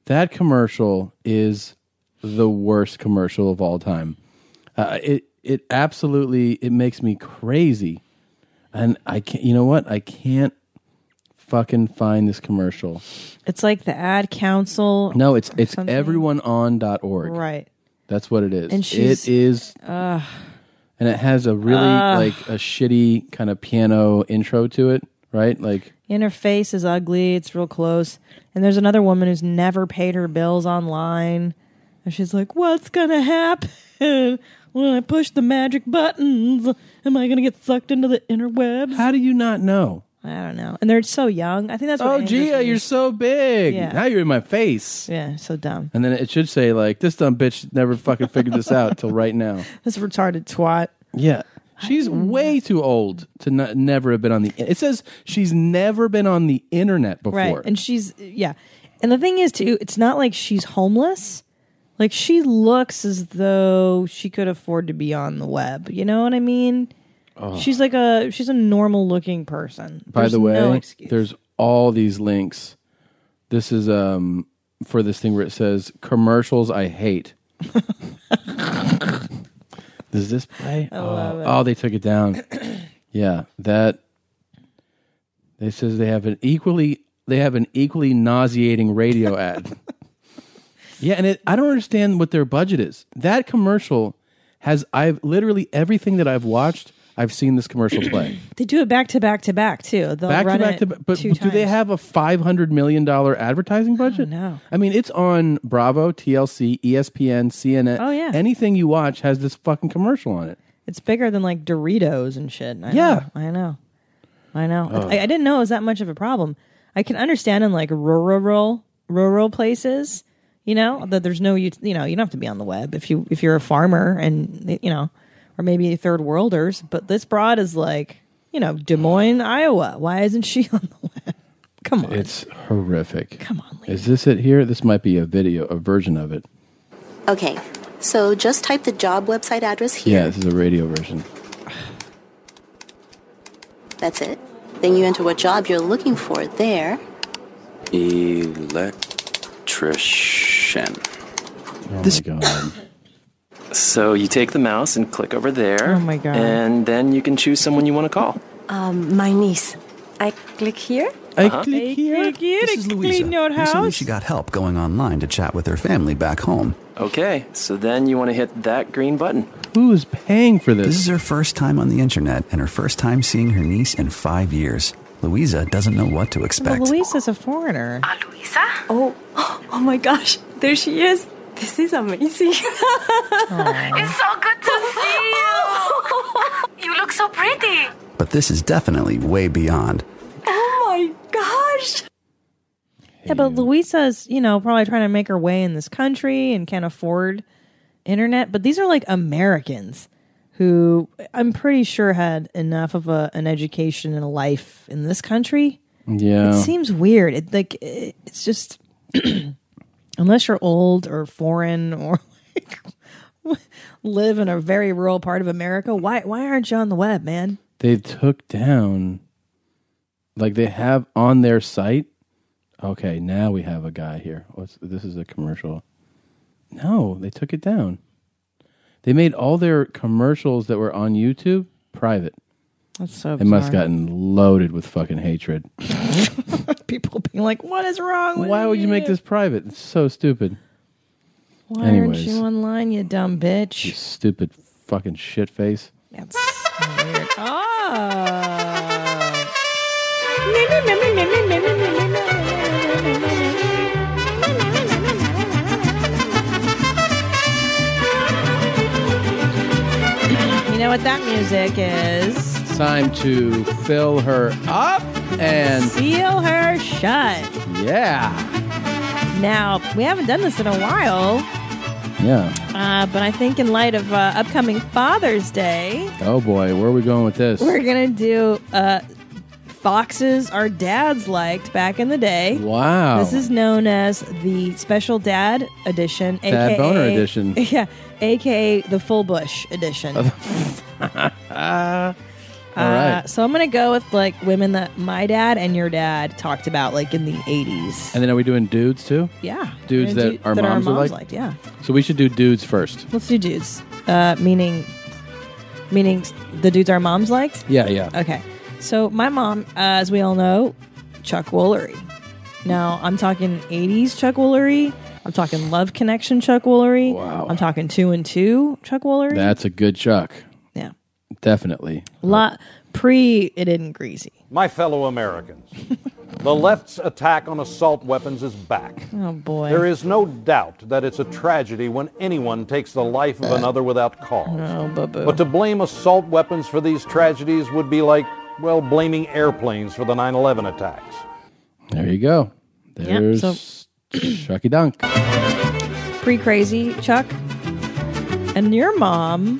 [SPEAKER 3] That commercial is the worst commercial of all time. Uh, it it absolutely it makes me crazy, and I can't. You know what? I can't fucking find this commercial.
[SPEAKER 2] It's like the ad council.
[SPEAKER 3] No, it's
[SPEAKER 2] or
[SPEAKER 3] it's
[SPEAKER 2] something.
[SPEAKER 3] everyoneon.org.
[SPEAKER 2] right.
[SPEAKER 3] That's what it is.
[SPEAKER 2] And she's-
[SPEAKER 3] it is,
[SPEAKER 2] Ugh.
[SPEAKER 3] and it has a really
[SPEAKER 2] Ugh.
[SPEAKER 3] like a shitty kind of piano intro to it, right? Like
[SPEAKER 2] And her face is ugly. It's real close. And there's another woman who's never paid her bills online. And she's like, What's going to happen when I push the magic buttons? Am I going to get sucked into the interwebs? How
[SPEAKER 3] do you not know?
[SPEAKER 2] I don't know. And they're so young. I think that's what
[SPEAKER 3] oh,
[SPEAKER 2] angers
[SPEAKER 3] Gia,
[SPEAKER 2] me.
[SPEAKER 3] you're so big.
[SPEAKER 2] Yeah.
[SPEAKER 3] Now you're in my face.
[SPEAKER 2] Yeah, so dumb.
[SPEAKER 3] And then it should say like, this dumb bitch never fucking figured this out till right now.
[SPEAKER 2] This retarded twat.
[SPEAKER 3] Yeah, she's way too old to not, never have been on the. It says she's never been on the internet before.
[SPEAKER 2] Right. And she's, yeah. And the thing is, too, it's not like she's homeless. Like, she looks as though she could afford to be on the web. You know what I mean?
[SPEAKER 3] Oh.
[SPEAKER 2] She's like a she's a normal looking person.
[SPEAKER 3] By the
[SPEAKER 2] There's
[SPEAKER 3] way,
[SPEAKER 2] no ex-
[SPEAKER 3] there's all these links. This is um for this thing where it says commercials I hate. Does this play?
[SPEAKER 2] I
[SPEAKER 3] oh,
[SPEAKER 2] love it.
[SPEAKER 3] oh, they took it down. yeah, that. They says they have an equally they have an equally nauseating radio ad. yeah, and it, I don't understand what their budget is. That commercial has I've literally everything that I've watched. I've seen this commercial play.
[SPEAKER 2] they do it back to back to back too. They'll
[SPEAKER 3] back
[SPEAKER 2] run
[SPEAKER 3] to back
[SPEAKER 2] it
[SPEAKER 3] to back. But
[SPEAKER 2] two
[SPEAKER 3] do they
[SPEAKER 2] times. Oh,
[SPEAKER 3] have a five hundred million dollar advertising budget? no. I mean, it's on Bravo, TLC, ESPN, CNN.
[SPEAKER 2] Oh, yeah.
[SPEAKER 3] Anything you watch has this fucking commercial on it.
[SPEAKER 2] It's bigger than like Doritos and shit. I
[SPEAKER 3] Yeah.
[SPEAKER 2] know, I know, I know.
[SPEAKER 3] Ugh.
[SPEAKER 2] I, I didn't know it was that much of a problem. I can understand in like rural rural places, you know, that there's no you you know you don't have to be on the web if you if you're a farmer and you know, or maybe third worlders. But this broad is like you know Des Moines, Iowa. Why isn't she on the web? Come on,
[SPEAKER 3] it's horrific. Come on, is this it here? This might be a video, a version of it.
[SPEAKER 26] Okay, so just type the job website address here.
[SPEAKER 3] Yeah, this is a radio version.
[SPEAKER 26] That's it. Then you enter what job you're looking for there.
[SPEAKER 22] Electrician.
[SPEAKER 3] Oh my god.
[SPEAKER 22] So you take the mouse and click over there.
[SPEAKER 26] Oh my God.
[SPEAKER 22] And then you can choose someone you want to call.
[SPEAKER 24] Um, my niece. I click here.
[SPEAKER 22] I Uh-huh. click
[SPEAKER 24] here.
[SPEAKER 2] This is Louisa.
[SPEAKER 27] Recently, she got help going online to chat with her family back home.
[SPEAKER 22] Okay, so then you want to hit that green button.
[SPEAKER 3] Who's paying for this?
[SPEAKER 27] This is her first time on the internet and her first time seeing her niece in five years. Louisa doesn't know what to
[SPEAKER 2] Well,
[SPEAKER 27] expect.
[SPEAKER 2] Luisa's a foreigner.
[SPEAKER 24] Luisa? Oh, oh my gosh. There she is. This is amazing.
[SPEAKER 28] It's so good to see you. you look so pretty.
[SPEAKER 27] But this is definitely way beyond.
[SPEAKER 24] oh my
[SPEAKER 28] gosh.
[SPEAKER 2] Yeah, but Luisa's, you know, probably trying to make her way in this country and can't afford internet. But these are like Americans who I'm pretty sure had enough of a, an education and a life in this country.
[SPEAKER 3] Yeah.
[SPEAKER 2] It seems weird. It like it, it's just unless you're old or foreign or like live in a very rural part of America, why why aren't you on the web, man?
[SPEAKER 3] they took down like they have on their site okay now we have a guy here What's, this is a commercial no they took it down they made all their commercials that were on youtube private
[SPEAKER 2] That's so.
[SPEAKER 3] it must have
[SPEAKER 2] bizarre.
[SPEAKER 3] gotten loaded with fucking hatred
[SPEAKER 2] people being like, "What is wrong? With
[SPEAKER 3] why would you make this private it's so stupid
[SPEAKER 2] Why aren't
[SPEAKER 3] Anyways.
[SPEAKER 2] you online, you dumb bitch?"
[SPEAKER 3] you stupid fucking shit face
[SPEAKER 2] That's weird. Oh. You know what that music is?
[SPEAKER 3] it's time to fill her up and
[SPEAKER 2] Seal her shut.
[SPEAKER 3] yeah
[SPEAKER 2] Now, we haven't done this in a while,
[SPEAKER 3] yeah
[SPEAKER 2] uh, but I think in light of uh, upcoming Father's Day,
[SPEAKER 3] oh boy where are we going with this
[SPEAKER 2] We're gonna do uh, foxes our dads liked back in the day.
[SPEAKER 3] Wow.
[SPEAKER 2] This is known as the special dad edition,
[SPEAKER 3] Dad
[SPEAKER 2] aka
[SPEAKER 3] boner edition.
[SPEAKER 2] Yeah, aka the full bush edition.
[SPEAKER 3] Ah.
[SPEAKER 2] Uh,
[SPEAKER 3] all right
[SPEAKER 2] so I'm gonna go with like women that my dad and your dad talked about, like in the '80s.
[SPEAKER 3] And then are we doing dudes too?
[SPEAKER 2] Yeah,
[SPEAKER 3] Dudes
[SPEAKER 2] We're gonna
[SPEAKER 3] that,
[SPEAKER 2] do-
[SPEAKER 3] our,
[SPEAKER 2] that
[SPEAKER 3] moms
[SPEAKER 2] our
[SPEAKER 3] are
[SPEAKER 2] moms
[SPEAKER 3] like?
[SPEAKER 2] liked. Yeah,
[SPEAKER 3] So we should do dudes first.
[SPEAKER 2] let's do dudes. Uh, meaning, meaning the dudes our moms liked.
[SPEAKER 3] Yeah, yeah.
[SPEAKER 2] Okay. So my mom, uh, as we all know, Chuck Woolery. Now I'm talking 80s Chuck Woolery. I'm talking Love Connection Chuck Woolery. Wow. I'm talking Two and Two Chuck Woolery.
[SPEAKER 3] That's a good chuck.
[SPEAKER 2] Yeah.
[SPEAKER 3] Definitely.
[SPEAKER 2] Lot pre it isn't greasy.
[SPEAKER 6] My fellow Americans, the left's attack on assault weapons is back.
[SPEAKER 2] Oh boy.
[SPEAKER 6] There is no doubt that it's a tragedy when anyone takes the life of another without cause.
[SPEAKER 2] Oh, boo-boo.
[SPEAKER 6] But to blame assault weapons for these tragedies would be like, well, blaming airplanes for the 9 11 attacks.
[SPEAKER 3] There you go.
[SPEAKER 2] Yeah,
[SPEAKER 3] There's
[SPEAKER 2] so-
[SPEAKER 3] Chucky Dunk.
[SPEAKER 2] pre crazy Chuck. And your mom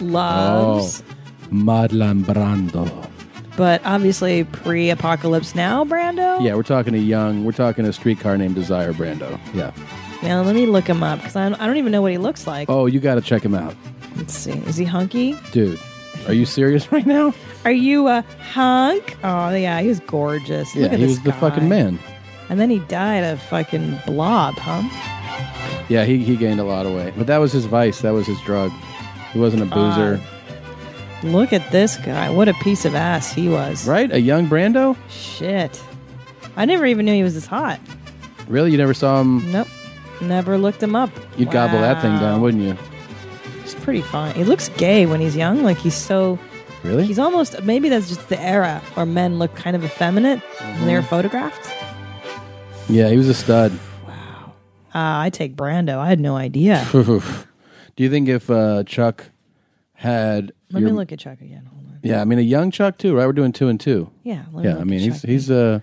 [SPEAKER 2] loves,
[SPEAKER 3] Oh. Madlan Brando.
[SPEAKER 2] but obviously pre apocalypse now, Brando.
[SPEAKER 3] Yeah, we're talking a young, we're talking a streetcar named Desire Brando. Yeah.
[SPEAKER 2] Now let me look him up because I don't I don't even know what he looks like.
[SPEAKER 3] Oh, you got to check him out.
[SPEAKER 2] Let's see. Is he hunky?
[SPEAKER 3] Dude, are you serious right now?
[SPEAKER 2] Are you a hunk? Oh yeah, he was gorgeous. Look
[SPEAKER 3] yeah,
[SPEAKER 2] at
[SPEAKER 3] he
[SPEAKER 2] this
[SPEAKER 3] was the
[SPEAKER 2] guy.
[SPEAKER 3] fucking man.
[SPEAKER 2] And then he died a fucking blob, huh?
[SPEAKER 3] Yeah, he, he gained a lot of weight. But that was his vice. That was his drug. He wasn't a boozer.
[SPEAKER 2] Look at this guy. What a piece of ass he was.
[SPEAKER 3] Right? A young Brando?
[SPEAKER 2] Shit. I never even knew he was this hot.
[SPEAKER 3] Really? You never saw him?
[SPEAKER 2] Nope. Never looked him up.
[SPEAKER 3] You'd gobble that thing
[SPEAKER 2] Wow.
[SPEAKER 3] down, wouldn't you?
[SPEAKER 2] He's pretty fine. He looks gay when he's young. Like he's so.
[SPEAKER 3] Really?
[SPEAKER 2] He's almost. Maybe that's just the era where men look kind of effeminate when
[SPEAKER 3] Mm-hmm.
[SPEAKER 2] they're photographed.
[SPEAKER 3] Yeah, he was a stud.
[SPEAKER 2] Uh, I take Brando. I had no idea.
[SPEAKER 3] Do you think if uh, Chuck had
[SPEAKER 2] Let
[SPEAKER 3] your-
[SPEAKER 2] me look at Chuck again.
[SPEAKER 3] Yeah, I mean a young Chuck too, right? We're doing two and two.
[SPEAKER 2] Yeah, let me
[SPEAKER 3] yeah.
[SPEAKER 2] look
[SPEAKER 3] I
[SPEAKER 2] at
[SPEAKER 3] mean he's
[SPEAKER 2] Chuck.
[SPEAKER 3] he's a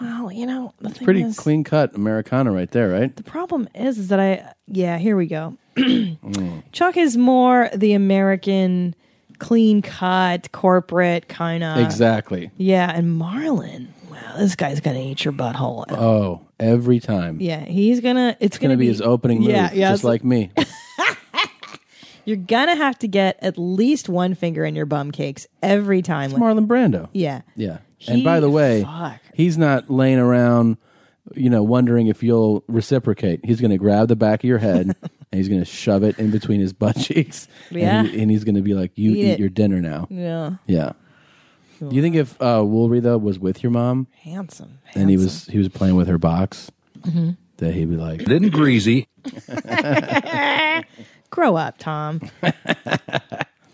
[SPEAKER 2] Wow, you know the thing
[SPEAKER 3] pretty
[SPEAKER 2] is,
[SPEAKER 3] clean cut Americana right there, right?
[SPEAKER 2] the problem is, is that I yeah here we go.
[SPEAKER 3] Mm.
[SPEAKER 2] Chuck is more the American clean cut corporate kind of
[SPEAKER 3] exactly.
[SPEAKER 2] Yeah, and Marlon. Wow, this guy's gonna eat your butthole. out.
[SPEAKER 3] Oh, every time.
[SPEAKER 2] Yeah, he's gonna. It's,
[SPEAKER 3] It's gonna be his opening move,
[SPEAKER 2] Yeah, yeah. it's-
[SPEAKER 3] just like me.
[SPEAKER 2] you're gonna have to get at least one finger in your bum cakes every time. It's
[SPEAKER 3] Marlon Brando.
[SPEAKER 2] Yeah.
[SPEAKER 3] Yeah. and by
[SPEAKER 2] He-
[SPEAKER 3] the way,
[SPEAKER 2] fuck.
[SPEAKER 3] he's not laying around, you know, wondering if you'll reciprocate. He's going to grab the back of your head and he's going to shove it in between his butt cheeks.
[SPEAKER 2] Yeah.
[SPEAKER 3] And, he- and he's going to be like, "You
[SPEAKER 2] Eat
[SPEAKER 3] eat,
[SPEAKER 2] it."
[SPEAKER 3] your dinner now."
[SPEAKER 2] Yeah.
[SPEAKER 3] Yeah. Do you think if uh, Woolery though was with your mom,
[SPEAKER 2] Handsome.
[SPEAKER 3] and he was he was playing with her box,
[SPEAKER 2] Mhm.
[SPEAKER 3] that he'd be like, "Didn't greasy."
[SPEAKER 2] Grow up, Tom.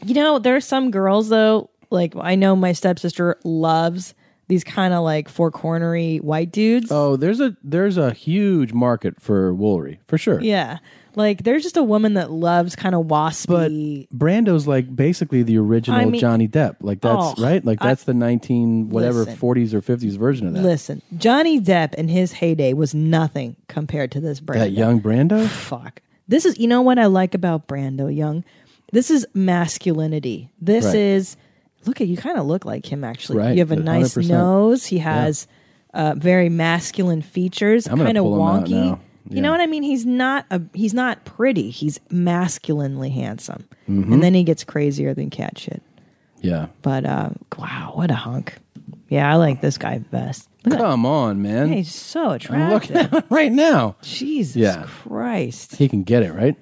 [SPEAKER 2] you know, there are some girls though, like I know my stepsister loves these kind of like four cornery white dudes.
[SPEAKER 3] Oh, there's a there's a huge market for Woolery for sure.
[SPEAKER 2] Yeah. Like there's just a woman that loves kind of waspy.
[SPEAKER 3] Brando's like basically the original
[SPEAKER 2] I mean-
[SPEAKER 3] Johnny Depp. Like that's
[SPEAKER 2] Oh,
[SPEAKER 3] right. Like
[SPEAKER 2] I-
[SPEAKER 3] that's the 19 whatever
[SPEAKER 2] Listen.
[SPEAKER 3] 40s or 50s version of that.
[SPEAKER 2] Listen, Johnny Depp in his heyday was nothing compared to this brand.
[SPEAKER 3] That young Brando.
[SPEAKER 2] Fuck. This is you know what I like about Brando Young? This is masculinity. This
[SPEAKER 3] Right.
[SPEAKER 2] is look at you kind of look like him actually.
[SPEAKER 3] Right,
[SPEAKER 2] You have a nice
[SPEAKER 3] 100%.
[SPEAKER 2] nose. He has uh, very masculine features,
[SPEAKER 3] I'm gonna
[SPEAKER 2] kind of
[SPEAKER 3] pull him out
[SPEAKER 2] wonky.
[SPEAKER 3] now.
[SPEAKER 2] You know what I mean? He's not a he's not pretty. He's masculinely handsome.
[SPEAKER 3] Mhm.
[SPEAKER 2] And then he gets crazier than cat shit.
[SPEAKER 3] Yeah.
[SPEAKER 2] But uh, wow, what a hunk. Yeah, I like this guy best.
[SPEAKER 3] Come on, man.
[SPEAKER 2] Yeah, he's so
[SPEAKER 3] I'm looking
[SPEAKER 2] attractive.
[SPEAKER 3] at him right now.
[SPEAKER 2] Jesus
[SPEAKER 3] yeah.
[SPEAKER 2] Christ.
[SPEAKER 3] He can get it, right?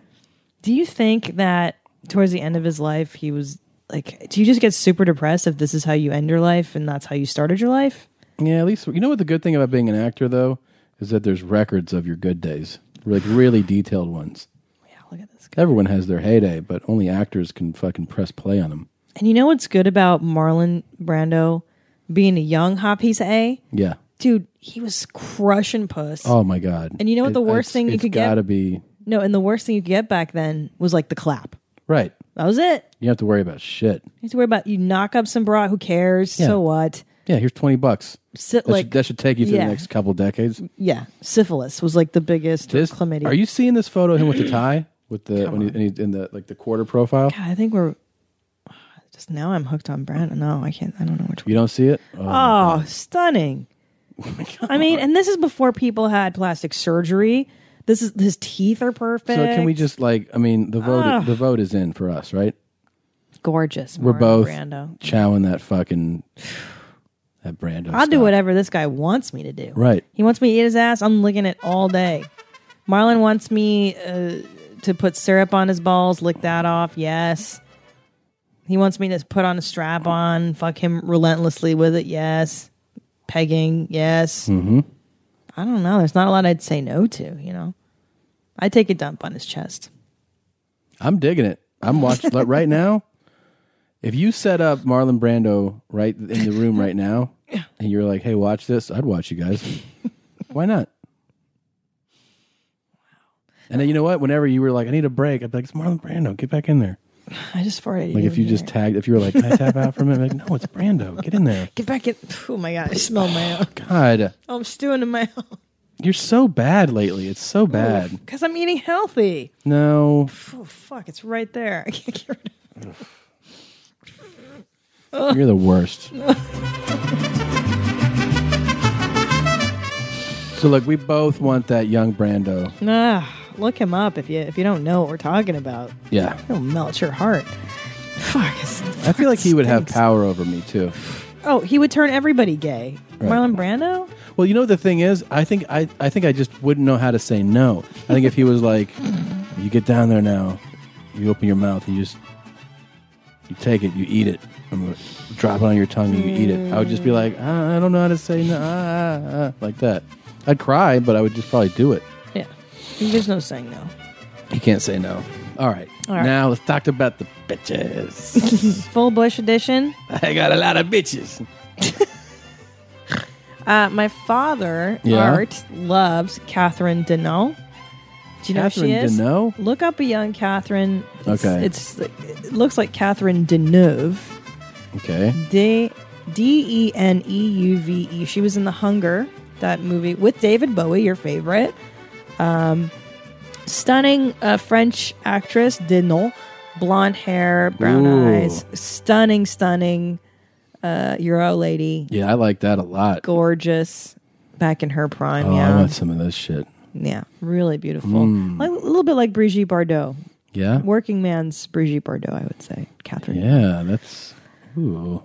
[SPEAKER 2] Do you think that towards the end of his life, he was like, do you just get super depressed if this is how you end your life and that's how you started your life?
[SPEAKER 3] Yeah, at least you know what the good thing about being an actor though is that there's records of your good days, like really detailed ones. Yeah, look at this. Everyone has their heyday, but only actors can fucking press play on them.
[SPEAKER 2] And you know what's good about Marlon Brando being a young hot piece of A?
[SPEAKER 3] Yeah.
[SPEAKER 2] Dude, he was crushing puss.
[SPEAKER 3] Oh my god.
[SPEAKER 2] And you know what the worst
[SPEAKER 3] it's-
[SPEAKER 2] thing you
[SPEAKER 3] it's
[SPEAKER 2] could get?
[SPEAKER 3] gotta be
[SPEAKER 2] No, and the worst thing you could get back then was like the clap.
[SPEAKER 3] right.
[SPEAKER 2] That was it.
[SPEAKER 3] You don't have to worry about shit.
[SPEAKER 2] You have to worry about you knock up some bra. Who cares?
[SPEAKER 3] Yeah.
[SPEAKER 2] So what?
[SPEAKER 3] Yeah, here's twenty bucks.
[SPEAKER 2] So,
[SPEAKER 3] that,
[SPEAKER 2] like-
[SPEAKER 3] should, that should take you through
[SPEAKER 2] yeah.
[SPEAKER 3] the next couple decades.
[SPEAKER 2] Yeah, syphilis was like the biggest
[SPEAKER 3] This
[SPEAKER 2] chlamydia.
[SPEAKER 3] are you seeing this photo of him with the tie with the when he, and he, in the like the quarter profile?
[SPEAKER 2] God, I think we're just now. I'm hooked on Brando. No, I can't. I don't know which.
[SPEAKER 3] You don't see it? Uh,
[SPEAKER 2] Oh, stunning!
[SPEAKER 3] Oh,
[SPEAKER 2] I mean, and this is before people had plastic surgery. This is his teeth are perfect. Ah.
[SPEAKER 3] So can we just like I mean the vote
[SPEAKER 2] Ugh.
[SPEAKER 3] the vote is in for us, right?
[SPEAKER 2] gorgeous?
[SPEAKER 3] We're
[SPEAKER 2] Marlon
[SPEAKER 3] both
[SPEAKER 2] Brando.
[SPEAKER 3] chowing that fucking that Brando.
[SPEAKER 2] I'll do whatever this guy wants me to do.
[SPEAKER 3] Right.
[SPEAKER 2] He wants me to eat his ass. I'm licking it all day. Marlon wants me uh, to put syrup on his balls. Lick that off. Yes. He wants me to put on a strap on. Fuck him relentlessly with it. Yes. Pegging. Yes.
[SPEAKER 3] Mm-hmm.
[SPEAKER 2] I don't know. There's not a lot I'd say no to. You know. I take a dump on his chest.
[SPEAKER 3] I'm digging it. I'm watching like, right now. If you set up Marlon Brando right in the room right now, and you're like, "Hey, watch this," I'd watch you guys. Why not? And then you know what? Whenever you were like, "I need a break," I'd be like, "It's Marlon Brando. Get back in there."
[SPEAKER 2] I just farted.
[SPEAKER 3] Like if you just tagged, if you were like, "Can I tap out from it?" I'd be like, no, it's Brando. Get in there.
[SPEAKER 2] get back in. Oh my god! I smell my own.
[SPEAKER 3] God,
[SPEAKER 2] Oh, I'm stewing in my own
[SPEAKER 3] you're so bad lately. It's so bad.
[SPEAKER 2] because I'm eating healthy.
[SPEAKER 3] No.
[SPEAKER 2] Oh fuck! It's right there. I can't get rid of it.
[SPEAKER 3] You're the worst. So look, we both want that young Brando.
[SPEAKER 2] nah, look him up if you if you don't know what we're talking about.
[SPEAKER 3] Yeah.
[SPEAKER 2] It'll melt your heart. Fuck. it's-
[SPEAKER 3] I feel like he would have power over me too.
[SPEAKER 2] Oh, he would turn everybody gay.
[SPEAKER 3] Right.
[SPEAKER 2] Marlon Brando.
[SPEAKER 3] Well, you know the thing is, I think I, I think I just wouldn't know how to say no. I think if he was like, you get down there now, you open your mouth, you just you take it, you eat it, I'm gonna drop it on your tongue, and you eat it. I would just be like, ah, I don't know how to say no, ah, ah, ah," like that. I'd cry, but I would just probably do it.
[SPEAKER 2] Yeah. There's no saying no.
[SPEAKER 3] You can't say no. All right,
[SPEAKER 2] All right.
[SPEAKER 3] now let's talk about the bitches.
[SPEAKER 2] Full bush edition.
[SPEAKER 3] I got a lot of bitches.
[SPEAKER 2] Uh, my father,
[SPEAKER 3] Yeah.
[SPEAKER 2] Art, loves Catherine Deneuve. Do you know who she
[SPEAKER 3] Catherine
[SPEAKER 2] is?
[SPEAKER 3] Deneuve?
[SPEAKER 2] Look up a young Catherine. It's,
[SPEAKER 3] Okay.
[SPEAKER 2] It's it looks like Catherine Deneuve.
[SPEAKER 3] Okay.
[SPEAKER 2] D D E N E U V E. She was in The Hunger, that movie with David Bowie, your favorite. Um, stunning uh, French actress, Deneuve, blonde hair, brown
[SPEAKER 3] Ooh.
[SPEAKER 2] eyes, stunning, stunning uh, Euro lady
[SPEAKER 3] Yeah, I like that a lot.
[SPEAKER 2] gorgeous back in her prime.
[SPEAKER 3] Oh, I
[SPEAKER 2] yeah.
[SPEAKER 3] want some of this shit.
[SPEAKER 2] yeah. Really beautiful.
[SPEAKER 3] Mm.
[SPEAKER 2] Like, a little bit like Brigitte Bardot.
[SPEAKER 3] Yeah.
[SPEAKER 2] Working man's Brigitte Bardot, I would say. Catherine.
[SPEAKER 3] Yeah, that's. Ooh.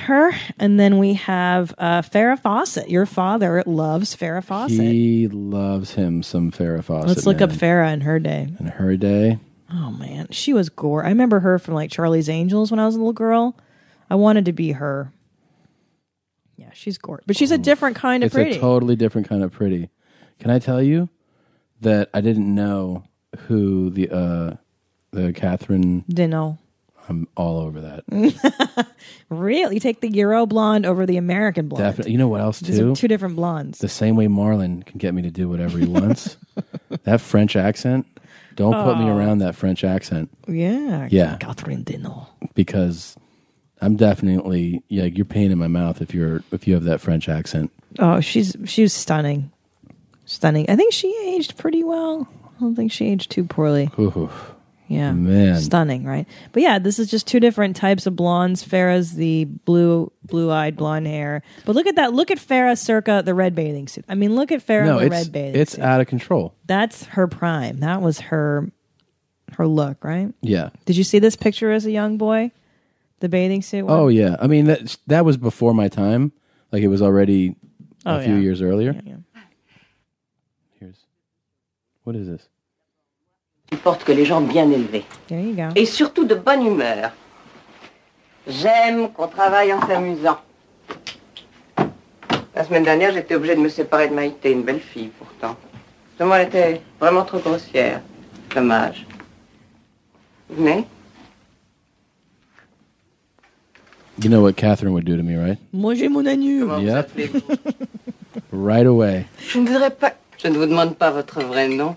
[SPEAKER 2] Her. And then we have uh, Farrah Fawcett. Your father loves Farrah Fawcett.
[SPEAKER 3] He loves him some Farrah Fawcett.
[SPEAKER 2] Let's look
[SPEAKER 3] man.
[SPEAKER 2] up Farrah in her day.
[SPEAKER 3] in her day.
[SPEAKER 2] Oh, man. She was gore. I remember her from like Charlie's Angels when I was a little girl. I wanted to be her. Yeah, she's gorgeous. But she's a different kind of
[SPEAKER 3] Oh. it's
[SPEAKER 2] pretty.
[SPEAKER 3] a totally different kind of pretty. Can I tell you that I didn't know who the uh the Catherine
[SPEAKER 2] Didn't know.
[SPEAKER 3] I'm all over that.
[SPEAKER 2] Mm. Real. You take the Euro blonde over the American blonde.
[SPEAKER 3] Definitely. You know what else
[SPEAKER 2] These are
[SPEAKER 3] too?
[SPEAKER 2] two different blondes.
[SPEAKER 3] The same way Marlon can get me to do whatever he wants. that French accent. Don't put me
[SPEAKER 2] Oh.
[SPEAKER 3] around that French accent.
[SPEAKER 2] Yeah.
[SPEAKER 3] Yeah.
[SPEAKER 2] Catherine Deneuve.
[SPEAKER 3] Because I'm definitely yeah, you're pain in my mouth if you're if you have that French accent.
[SPEAKER 2] Oh, she's she was stunning, stunning. I think she aged pretty well. I don't think she aged too poorly.
[SPEAKER 3] Ooh,
[SPEAKER 2] Yeah,
[SPEAKER 3] Man.
[SPEAKER 2] stunning, right? But yeah, this is just two different types of blondes. Farrah's the blue, blue-eyed blonde hair. But look at that! Look at Farrah circa the red bathing suit. I mean, look at Farrah in
[SPEAKER 3] no,
[SPEAKER 2] the
[SPEAKER 3] it's
[SPEAKER 2] red bathing.
[SPEAKER 3] it's out of control.
[SPEAKER 2] That's her prime. That was her, her look, right?
[SPEAKER 3] Yeah.
[SPEAKER 2] Did you see this picture as a young boy? The bathing suit. one?
[SPEAKER 3] Oh yeah. I mean that that was before my time. Like it was already
[SPEAKER 2] Oh,
[SPEAKER 3] a few
[SPEAKER 2] yeah.
[SPEAKER 3] years earlier.
[SPEAKER 25] Here's-
[SPEAKER 3] What is this?
[SPEAKER 25] Il porte que les gens bien élevés.
[SPEAKER 2] There you go.
[SPEAKER 25] Et surtout de bonne humeur. J'aime qu'on travaille en s'amusant. La semaine dernière, j'étais obligée de me séparer de Maïté, une belle fille pourtant. Seulement, elle était vraiment trop grossière. Dommage. Mais
[SPEAKER 3] You know what Catherine would do to me, right?
[SPEAKER 2] Mangez mon agneau.
[SPEAKER 3] Yep. right away.
[SPEAKER 25] Je ne voudrais pas. Je ne vous demande pas votre vrai nom.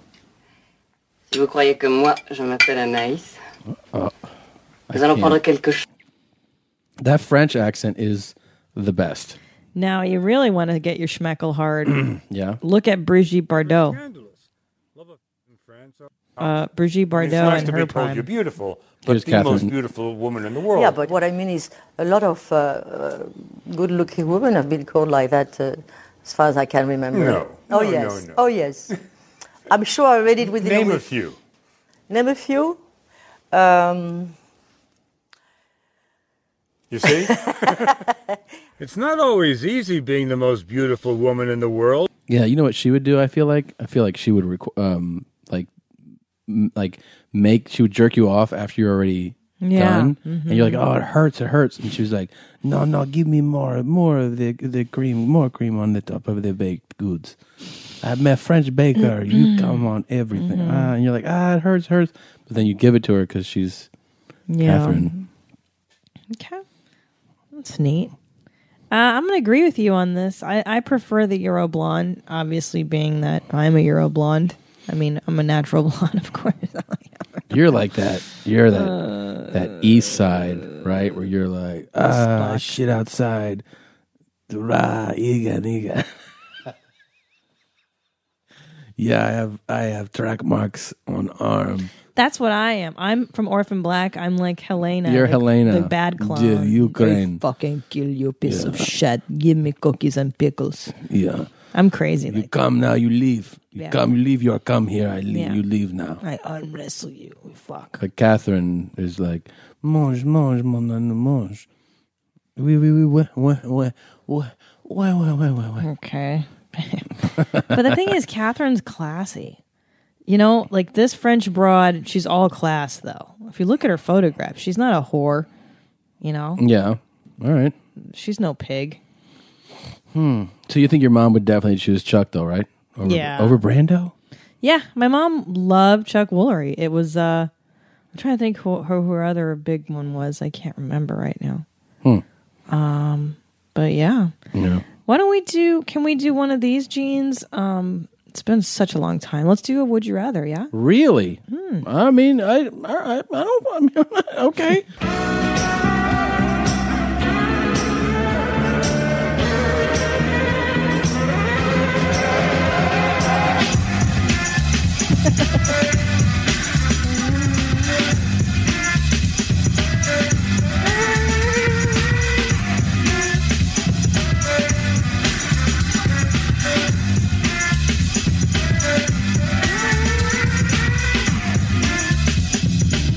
[SPEAKER 25] Si vous croyez que moi, je m'appelle Anaïs,
[SPEAKER 3] Oh, I
[SPEAKER 25] nous allons
[SPEAKER 3] can't.
[SPEAKER 25] prendre quelque chose.
[SPEAKER 3] That French accent is the best.
[SPEAKER 2] Now you really want to get your schmeckle hard.
[SPEAKER 3] Yeah.
[SPEAKER 2] Look at Brigitte Bardot. Uh, Brigitte Bardot
[SPEAKER 11] It's nice
[SPEAKER 2] and
[SPEAKER 11] to
[SPEAKER 2] her
[SPEAKER 11] be told
[SPEAKER 2] prime.
[SPEAKER 11] you're beautiful, but
[SPEAKER 3] Here's
[SPEAKER 11] the
[SPEAKER 3] Catherine.
[SPEAKER 11] most beautiful woman in the world.
[SPEAKER 12] Yeah, but what I mean is a lot of uh, uh, good looking women have been called like that uh, as far as I can remember.
[SPEAKER 11] No. No,
[SPEAKER 12] Oh,
[SPEAKER 11] no,
[SPEAKER 12] yes.
[SPEAKER 11] no.
[SPEAKER 12] Oh, yes. I'm sure I read it within
[SPEAKER 11] Name
[SPEAKER 12] a
[SPEAKER 11] a
[SPEAKER 12] week.
[SPEAKER 11] few.
[SPEAKER 12] Name a few. Um,
[SPEAKER 11] You see? it's not always easy being the most beautiful woman in the world.
[SPEAKER 3] Yeah, you know what she would do? I feel like I feel like she would requ- um like m- like make she would jerk you off after you're already
[SPEAKER 7] Yeah.
[SPEAKER 3] done,
[SPEAKER 25] Mm-hmm.
[SPEAKER 3] and you're like,
[SPEAKER 7] Mhm.
[SPEAKER 3] oh, it hurts, it hurts, and she was like, no, no, give me more, more of the the cream, more cream on the top of the baked goods. I'm a French baker. you come on everything,
[SPEAKER 7] Mhm.
[SPEAKER 3] ah, and you're like, ah, it hurts, hurts, but then you give it to her because she's
[SPEAKER 2] Yeah.
[SPEAKER 3] Catherine.
[SPEAKER 2] Okay. That's neat. Uh, I'm going to agree with you on this. I, I prefer the Euro blonde, obviously, being that I'm a Euro blonde. I mean, I'm a natural blonde, of course.
[SPEAKER 3] You're like that. You're that
[SPEAKER 2] Uh,
[SPEAKER 3] that East Side, right? Where you're like, ah,
[SPEAKER 7] Spock.
[SPEAKER 3] shit outside, Rah, iga, niga. yeah, I have I have track marks on arm.
[SPEAKER 2] That's what I am. I'm from Orphan Black. I'm like Helena.
[SPEAKER 3] You're
[SPEAKER 2] the-
[SPEAKER 3] Helena,
[SPEAKER 2] The bad clown.
[SPEAKER 3] the Ukraine.
[SPEAKER 2] They fucking kill you, piece
[SPEAKER 3] Yeah.
[SPEAKER 2] of shit. Give me cookies and pickles.
[SPEAKER 3] Yeah,
[SPEAKER 2] I'm crazy.
[SPEAKER 3] you come now, you leave. You
[SPEAKER 2] Yeah.
[SPEAKER 3] come, you leave. You come here, I leave.
[SPEAKER 2] Yeah.
[SPEAKER 3] You leave now.
[SPEAKER 2] I arm wrestle you. Fuck.
[SPEAKER 3] But Catherine is like, mange, mange, mon âne, mange. Oui, oui, oui, ouais, ouais, ouais, ouais, ouais, ouais, ouais, ouais,
[SPEAKER 2] Mm.
[SPEAKER 3] ouais.
[SPEAKER 2] Okay. but the thing is, Catherine's classy. You know, like this French broad, she's all class though. If you look at her photograph, she's not a whore. You know,
[SPEAKER 3] yeah, all right.
[SPEAKER 2] she's no pig.
[SPEAKER 3] Hmm. So you think your mom would definitely choose Chuck though, right? Over,
[SPEAKER 2] Yeah.
[SPEAKER 3] Over Brando?
[SPEAKER 2] Yeah, my mom loved Chuck Woolery. It was uh, I'm trying to think who, who her other big one was. I can't remember right now.
[SPEAKER 3] Hmm.
[SPEAKER 2] Um, but yeah.
[SPEAKER 3] Yeah.
[SPEAKER 2] Why don't we do? Can we do one of these jeans? Um, it's been such a long time. Let's do a would you rather. Yeah.
[SPEAKER 3] Really? I mean, I, I, I don't. I mean, okay.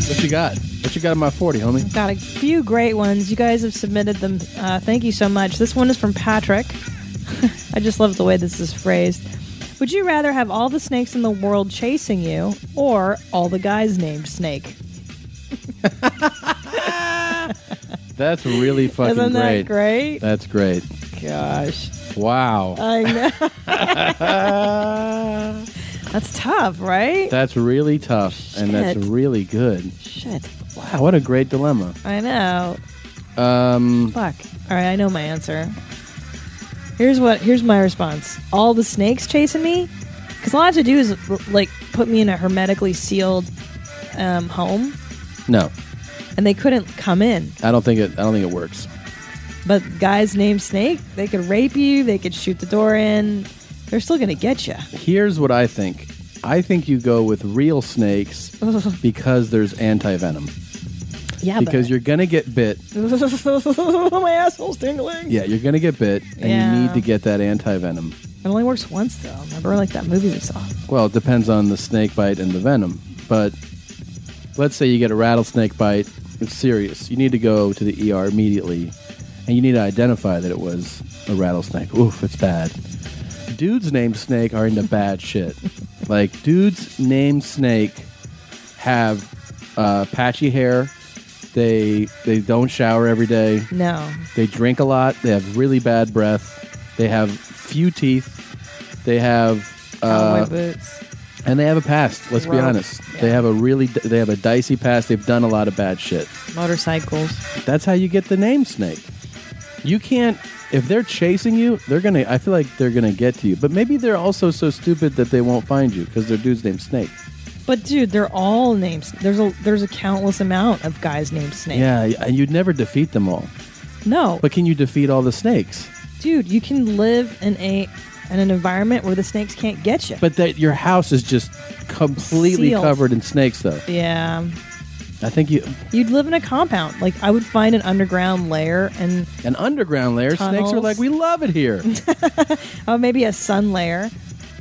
[SPEAKER 3] What you got? What you got in my forty, homie?
[SPEAKER 2] Got a few great ones. You guys have submitted them. Uh, thank you so much. This one is from Patrick. I just love the way this is phrased. Would you rather have all the snakes in the world chasing you or all the guys named Snake?
[SPEAKER 3] That's really fucking
[SPEAKER 2] Isn't
[SPEAKER 3] great.
[SPEAKER 2] that great?
[SPEAKER 3] That's great.
[SPEAKER 2] Gosh.
[SPEAKER 3] Wow.
[SPEAKER 2] I know. That's tough, right?
[SPEAKER 3] That's really tough, and that's
[SPEAKER 2] Shit.
[SPEAKER 3] really good.
[SPEAKER 2] Shit.
[SPEAKER 3] Wow, what a great dilemma.
[SPEAKER 2] I know.
[SPEAKER 3] Um,
[SPEAKER 2] Fuck. All right, I know my answer. Here's what. Here's my response. All the snakes chasing me, because all I have to do is l- like put me in a hermetically sealed um, home,
[SPEAKER 3] no,
[SPEAKER 2] and they couldn't come in.
[SPEAKER 3] I don't think it. I don't think it works.
[SPEAKER 2] But guys named Snake, they could rape you. They could shoot the door in. They're still gonna get you.
[SPEAKER 3] Here's what I think. I think you go with real snakes because there's anti venom.
[SPEAKER 2] Yeah,
[SPEAKER 3] because you're gonna get bit.
[SPEAKER 2] but my asshole's tingling.
[SPEAKER 3] Yeah, you're gonna get bit, and
[SPEAKER 2] Yeah.
[SPEAKER 3] you need to get that anti venom.
[SPEAKER 2] It only works once though. Remember, like that movie we saw.
[SPEAKER 3] Well, it depends on the snake bite and the venom. But let's say you get a rattlesnake bite, it's serious. You need to go to the ER immediately, and you need to identify that it was a rattlesnake. Oof, it's bad. Dudes named Snake are into bad shit. Like, dudes named Snake have uh, patchy hair. They they don't shower every day.
[SPEAKER 2] No.
[SPEAKER 3] They drink a lot. They have really bad breath. They have few teeth. They have uh,
[SPEAKER 2] Cowboy boots.
[SPEAKER 3] and they have a past. Let's be
[SPEAKER 2] Rough.
[SPEAKER 3] honest. They have a really they have a dicey past. They've done a lot of bad shit.
[SPEAKER 2] Motorcycles.
[SPEAKER 3] That's how you get the name Snake. You can't if they're chasing you. They're gonna. I feel like they're gonna get to you. But maybe they're also so stupid that they won't find you because their dude's named Snake.
[SPEAKER 2] But dude, they're all names. There's a there's a countless amount of guys named Snake.
[SPEAKER 3] Yeah, and you'd never defeat them all.
[SPEAKER 2] No.
[SPEAKER 3] But can you defeat all the snakes?
[SPEAKER 2] Dude, you can live in a in an environment where the snakes can't get you.
[SPEAKER 3] But that your house is just completely
[SPEAKER 2] Sealed.
[SPEAKER 3] covered in snakes, though.
[SPEAKER 2] yeah.
[SPEAKER 3] I think you
[SPEAKER 2] You'd live in a compound. Like I would find an underground lair and
[SPEAKER 3] an underground layer. Snakes are
[SPEAKER 2] Tunnels.
[SPEAKER 3] like we love it here.
[SPEAKER 2] oh maybe a sun lair.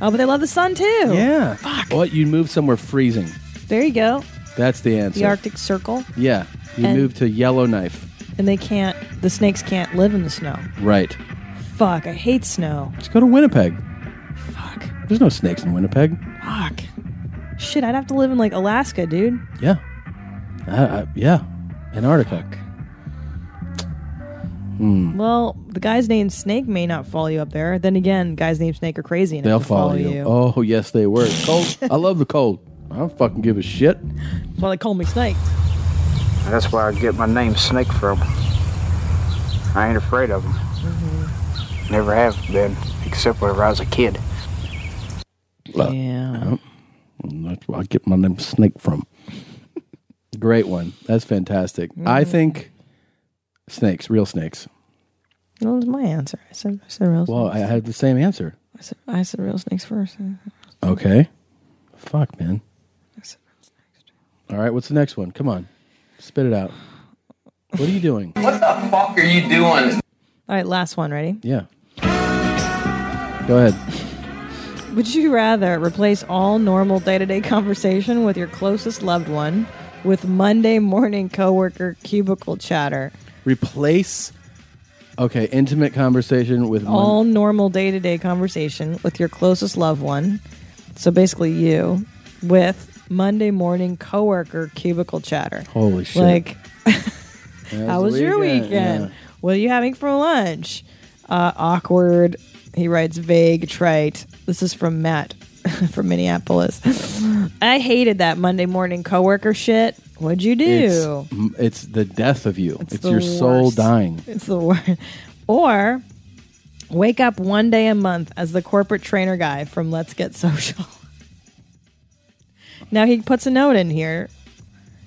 [SPEAKER 2] Oh, but they love the sun too.
[SPEAKER 3] yeah. Well, you move somewhere freezing.
[SPEAKER 2] There you go.
[SPEAKER 3] That's the answer.
[SPEAKER 2] The Arctic Circle.
[SPEAKER 3] Yeah, you
[SPEAKER 2] And-
[SPEAKER 3] move to Yellowknife.
[SPEAKER 2] And they can't the snakes can't live in the snow.
[SPEAKER 3] Right.
[SPEAKER 2] Fuck, I hate snow.
[SPEAKER 3] Just go to Winnipeg. Fuck. There's no snakes in Winnipeg.
[SPEAKER 2] Fuck. Shit, I'd have to live in like Alaska, dude.
[SPEAKER 3] Yeah. Uh, yeah. Antarctica. Hmm.
[SPEAKER 2] Well, the guys named Snake may not follow you up there. Then again, guys named Snake are crazy enough
[SPEAKER 3] They'll
[SPEAKER 2] to follow,
[SPEAKER 3] follow you.
[SPEAKER 2] you.
[SPEAKER 3] Oh yes, they were. Cold. I love the cold. I don't fucking give a shit.
[SPEAKER 2] Well, they call me Snake.
[SPEAKER 7] That's where I get my name Snake from. I ain't afraid of them. Never have been, except whenever I was a kid.
[SPEAKER 2] Yeah.
[SPEAKER 3] That's where I get my name Snake from. Great one. That's fantastic. I
[SPEAKER 2] Mm-hmm.
[SPEAKER 3] think snakes, real snakes.
[SPEAKER 2] That was my answer. I said, I said real.
[SPEAKER 3] Well, I
[SPEAKER 2] snakes.
[SPEAKER 3] had the same answer.
[SPEAKER 2] I said, I said real snakes first.
[SPEAKER 3] Okay. Fuck, man. All right, what's the next one? Come on. Spit it out. What are you doing?
[SPEAKER 2] What the fuck are you doing? All right, last one. Ready?
[SPEAKER 3] Yeah. Go ahead.
[SPEAKER 2] Would you rather replace all normal day to day conversation with your closest loved one with Monday morning coworker cubicle chatter?
[SPEAKER 3] Replace Okay, intimate conversation with one-
[SPEAKER 2] all normal day to day conversation with your closest loved one. So basically, you with Monday morning coworker cubicle chatter.
[SPEAKER 3] Holy shit.
[SPEAKER 2] Like,
[SPEAKER 3] How's
[SPEAKER 2] how
[SPEAKER 3] the
[SPEAKER 2] was your
[SPEAKER 3] weekend?
[SPEAKER 2] weekend? What are you having for lunch? Uh, awkward. He writes vague, trite. This is from Matt from Minneapolis. I hated that Monday morning coworker shit. What'd you do?
[SPEAKER 3] It's, mm, it's the death of you. It's, your soul
[SPEAKER 2] worst.
[SPEAKER 3] dying.
[SPEAKER 2] It's the worst. Or wake up one day a month as the corporate trainer guy from Let's Get Social. now he puts a note in here.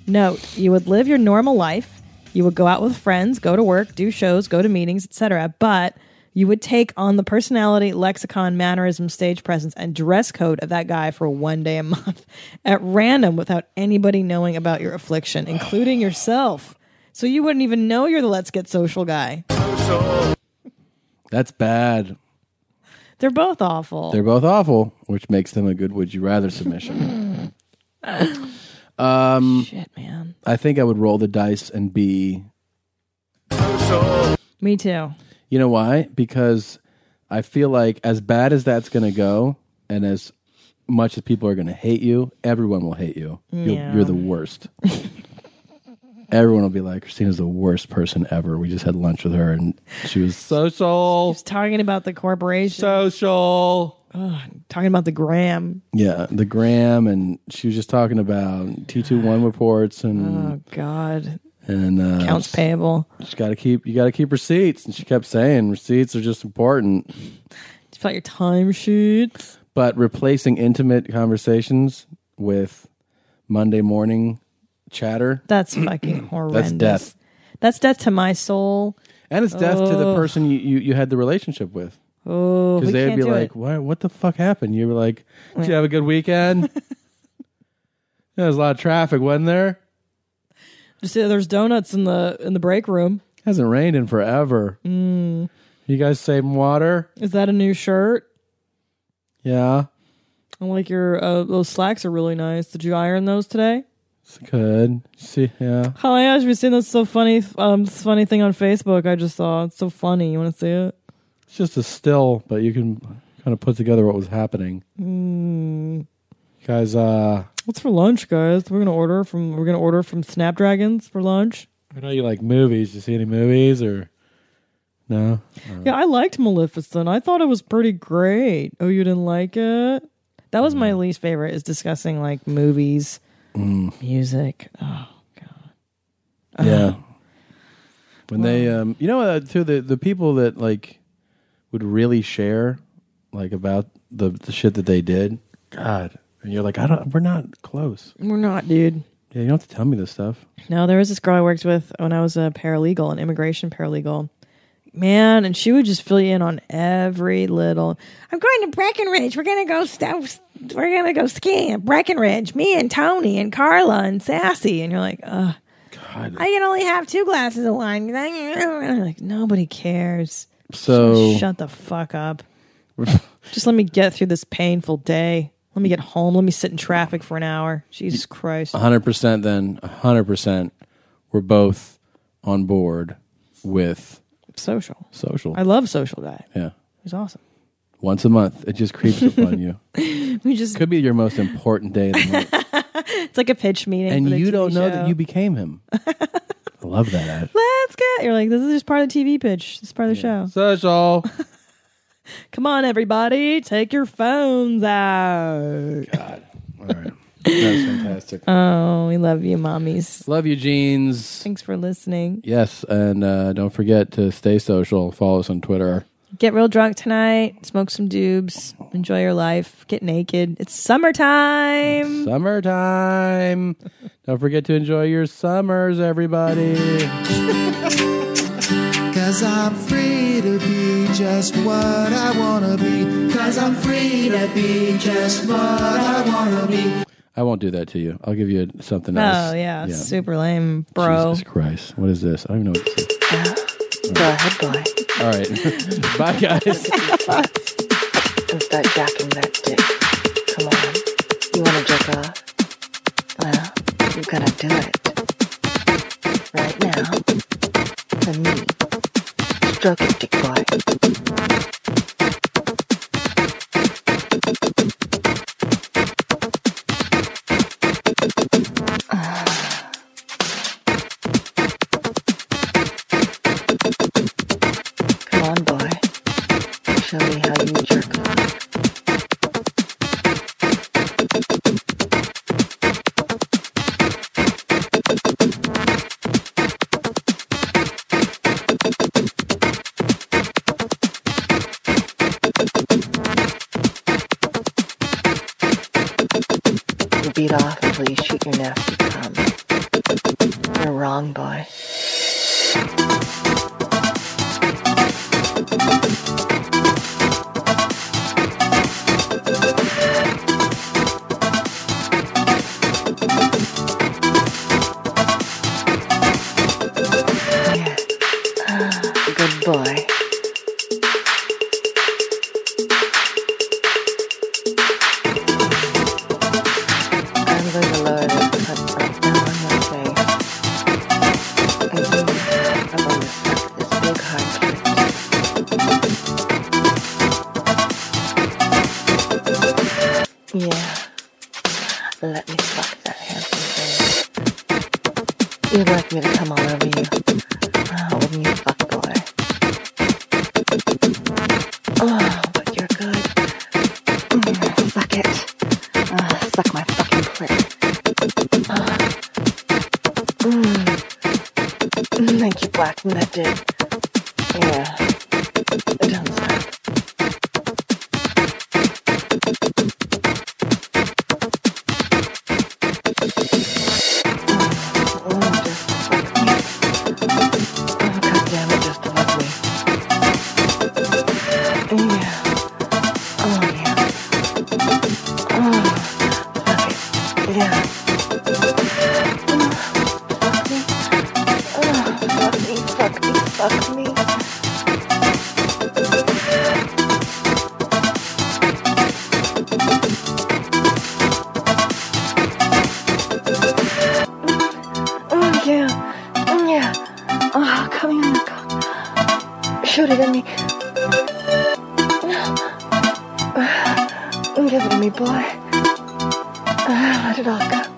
[SPEAKER 2] Note: You would live your normal life. You would go out with friends, go to work, do shows, go to meetings, etc. But you would take on the personality, lexicon, mannerism, stage presence, and dress code of that guy for one day a month at random without anybody knowing about your affliction, including yourself. So you wouldn't even know you're the let's get social guy.
[SPEAKER 3] That's bad.
[SPEAKER 2] They're both awful.
[SPEAKER 3] They're both awful, which makes them a good would you rather submission. um
[SPEAKER 2] Shit, man.
[SPEAKER 3] I think I would roll the dice and be
[SPEAKER 2] Me too.
[SPEAKER 3] You know why? Because I feel like as bad as that's going to go, and as much as people are going to hate you, everyone will hate you. You'll-
[SPEAKER 2] Yeah.
[SPEAKER 3] You're the worst. Everyone will be like, Christina's the worst person ever. We just had lunch with her and she was social.
[SPEAKER 2] She's talking about the corporation.
[SPEAKER 3] Social.
[SPEAKER 2] talking about the gram.
[SPEAKER 3] Yeah, the gram, and she was just talking about T two one reports and
[SPEAKER 2] Oh God.
[SPEAKER 3] and uh,
[SPEAKER 2] Accounts payable.
[SPEAKER 3] She got to keep you got to keep receipts, and she kept saying receipts are just important.
[SPEAKER 2] It's about your time sheets.
[SPEAKER 3] But replacing intimate conversations with Monday morning chatter
[SPEAKER 2] That's fucking horrendous.
[SPEAKER 3] that's death,
[SPEAKER 2] That's death to my soul.
[SPEAKER 3] and it's death to the
[SPEAKER 2] Ugh.
[SPEAKER 3] person you, you you had the relationship with.
[SPEAKER 2] Oh, we
[SPEAKER 3] Because they'd
[SPEAKER 2] can't
[SPEAKER 3] be
[SPEAKER 2] do
[SPEAKER 3] like,
[SPEAKER 2] it.
[SPEAKER 3] "Why? What the fuck happened?" You were like, "Did you have a good weekend?" there was a lot of traffic, wasn't there?
[SPEAKER 2] Just say there's donuts in the in the break room.
[SPEAKER 3] Hasn't rained in forever.
[SPEAKER 2] Mm.
[SPEAKER 3] You guys saving water?
[SPEAKER 2] Is that a new shirt?
[SPEAKER 3] Yeah,
[SPEAKER 2] I like your uh, those slacks are really nice. Did you iron those today?
[SPEAKER 3] it's good. See, yeah.
[SPEAKER 2] Oh my gosh, we've seen this so funny um this funny thing on Facebook I just saw. It's so funny. You want to see it?
[SPEAKER 3] It's just a still, but you can kind of put together what was happening.
[SPEAKER 2] Mm.
[SPEAKER 3] You guys, uh,
[SPEAKER 2] What's for lunch, guys? We're gonna order from we're gonna order from Snapdragons for lunch.
[SPEAKER 3] I know you like movies. You see any movies or no?
[SPEAKER 2] Yeah, I liked Maleficent. I thought it was pretty great. Oh, you didn't like it? That was my least favorite. Is discussing like movies, music. Oh god.
[SPEAKER 3] Yeah. When they, um, you know, uh, too the the people that like would really share like about the the shit that they did. God, and you're like, I don't. We're not close.
[SPEAKER 2] We're not, dude.
[SPEAKER 3] Yeah, you don't have to tell me this stuff.
[SPEAKER 2] No, there was this girl I worked with when I was a paralegal, an immigration paralegal. Man, and she would just fill you in on every little. I'm going to Breckenridge. We're gonna go. St- we're gonna go skiing at Breckenridge. Me and Tony and Carla and Sassy. And you're like, ugh. I can only have two glasses of wine. like nobody cares.
[SPEAKER 3] So-
[SPEAKER 2] shut the fuck up. Just let me get through this painful day. Let me get home. Let me sit in traffic for an hour. Jesus Christ.
[SPEAKER 3] hundred percent. Then hundred percent, we're both on board with
[SPEAKER 2] social.
[SPEAKER 3] Social.
[SPEAKER 2] I love social diet.
[SPEAKER 3] yeah.
[SPEAKER 2] It was awesome.
[SPEAKER 3] Once a month, it just creeps up on you.
[SPEAKER 2] We just
[SPEAKER 3] Could be your most important day, of the month.
[SPEAKER 2] it's like a pitch meeting.
[SPEAKER 3] and
[SPEAKER 2] for the
[SPEAKER 3] you don't
[SPEAKER 2] TV
[SPEAKER 3] know
[SPEAKER 2] show.
[SPEAKER 3] that you became him. I love that. ad.
[SPEAKER 2] Let's go. You're like, this is just part of the TV pitch. This is part of the show.
[SPEAKER 3] Social.
[SPEAKER 2] Come on, everybody, take your phones out. God.
[SPEAKER 3] That's fantastic.
[SPEAKER 2] Oh, we love you, mommies.
[SPEAKER 3] Love you, jeans.
[SPEAKER 2] Thanks for listening.
[SPEAKER 3] Yes, and uh, don't forget to stay social. Follow us on Twitter.
[SPEAKER 2] Get real drunk tonight. Smoke some doobs. Enjoy your life. Get naked. It's summertime.
[SPEAKER 3] Summertime. don't forget to enjoy your summers, everybody.
[SPEAKER 19] Cause I'm free to be just what I wanna be. Cause I'm free to be just what I wanna be.
[SPEAKER 3] I won't do that to you. I'll give you something else.
[SPEAKER 2] Oh yeah, super lame, bro.
[SPEAKER 3] Jesus Christ. What is this? I don't even know what this is.
[SPEAKER 2] Go ahead, boy.
[SPEAKER 3] All right. Bye, guys.
[SPEAKER 13] Start jacking that dick. Come on. You want to jerk off? Well, you gotta do it. Right now. For me. Stroke it, dick boy. Come on, boy. Show me how you jerk off. You beat off until you shoot your nasty cum. You're wrong, boy. Good boy. I'm going to lower this cup right now. I'm going to say, I think I'm going to suck this big hard dick. Yeah. Let me fuck that handsome thing. You'd like me to come all over you. Oh, wouldn't you, fuck boy? Oh, but you're good. Mm, suck it. Uh, suck my fucking clit. Uh, mm. Thank you, Black. That did. Yeah. It don't stop.
[SPEAKER 18] Oh,
[SPEAKER 13] Oh yeah, Mm, yeah. Oh, come here, Nicole. Shoot it at me. No. Uh, give it to me, boy. Uh, let it all go.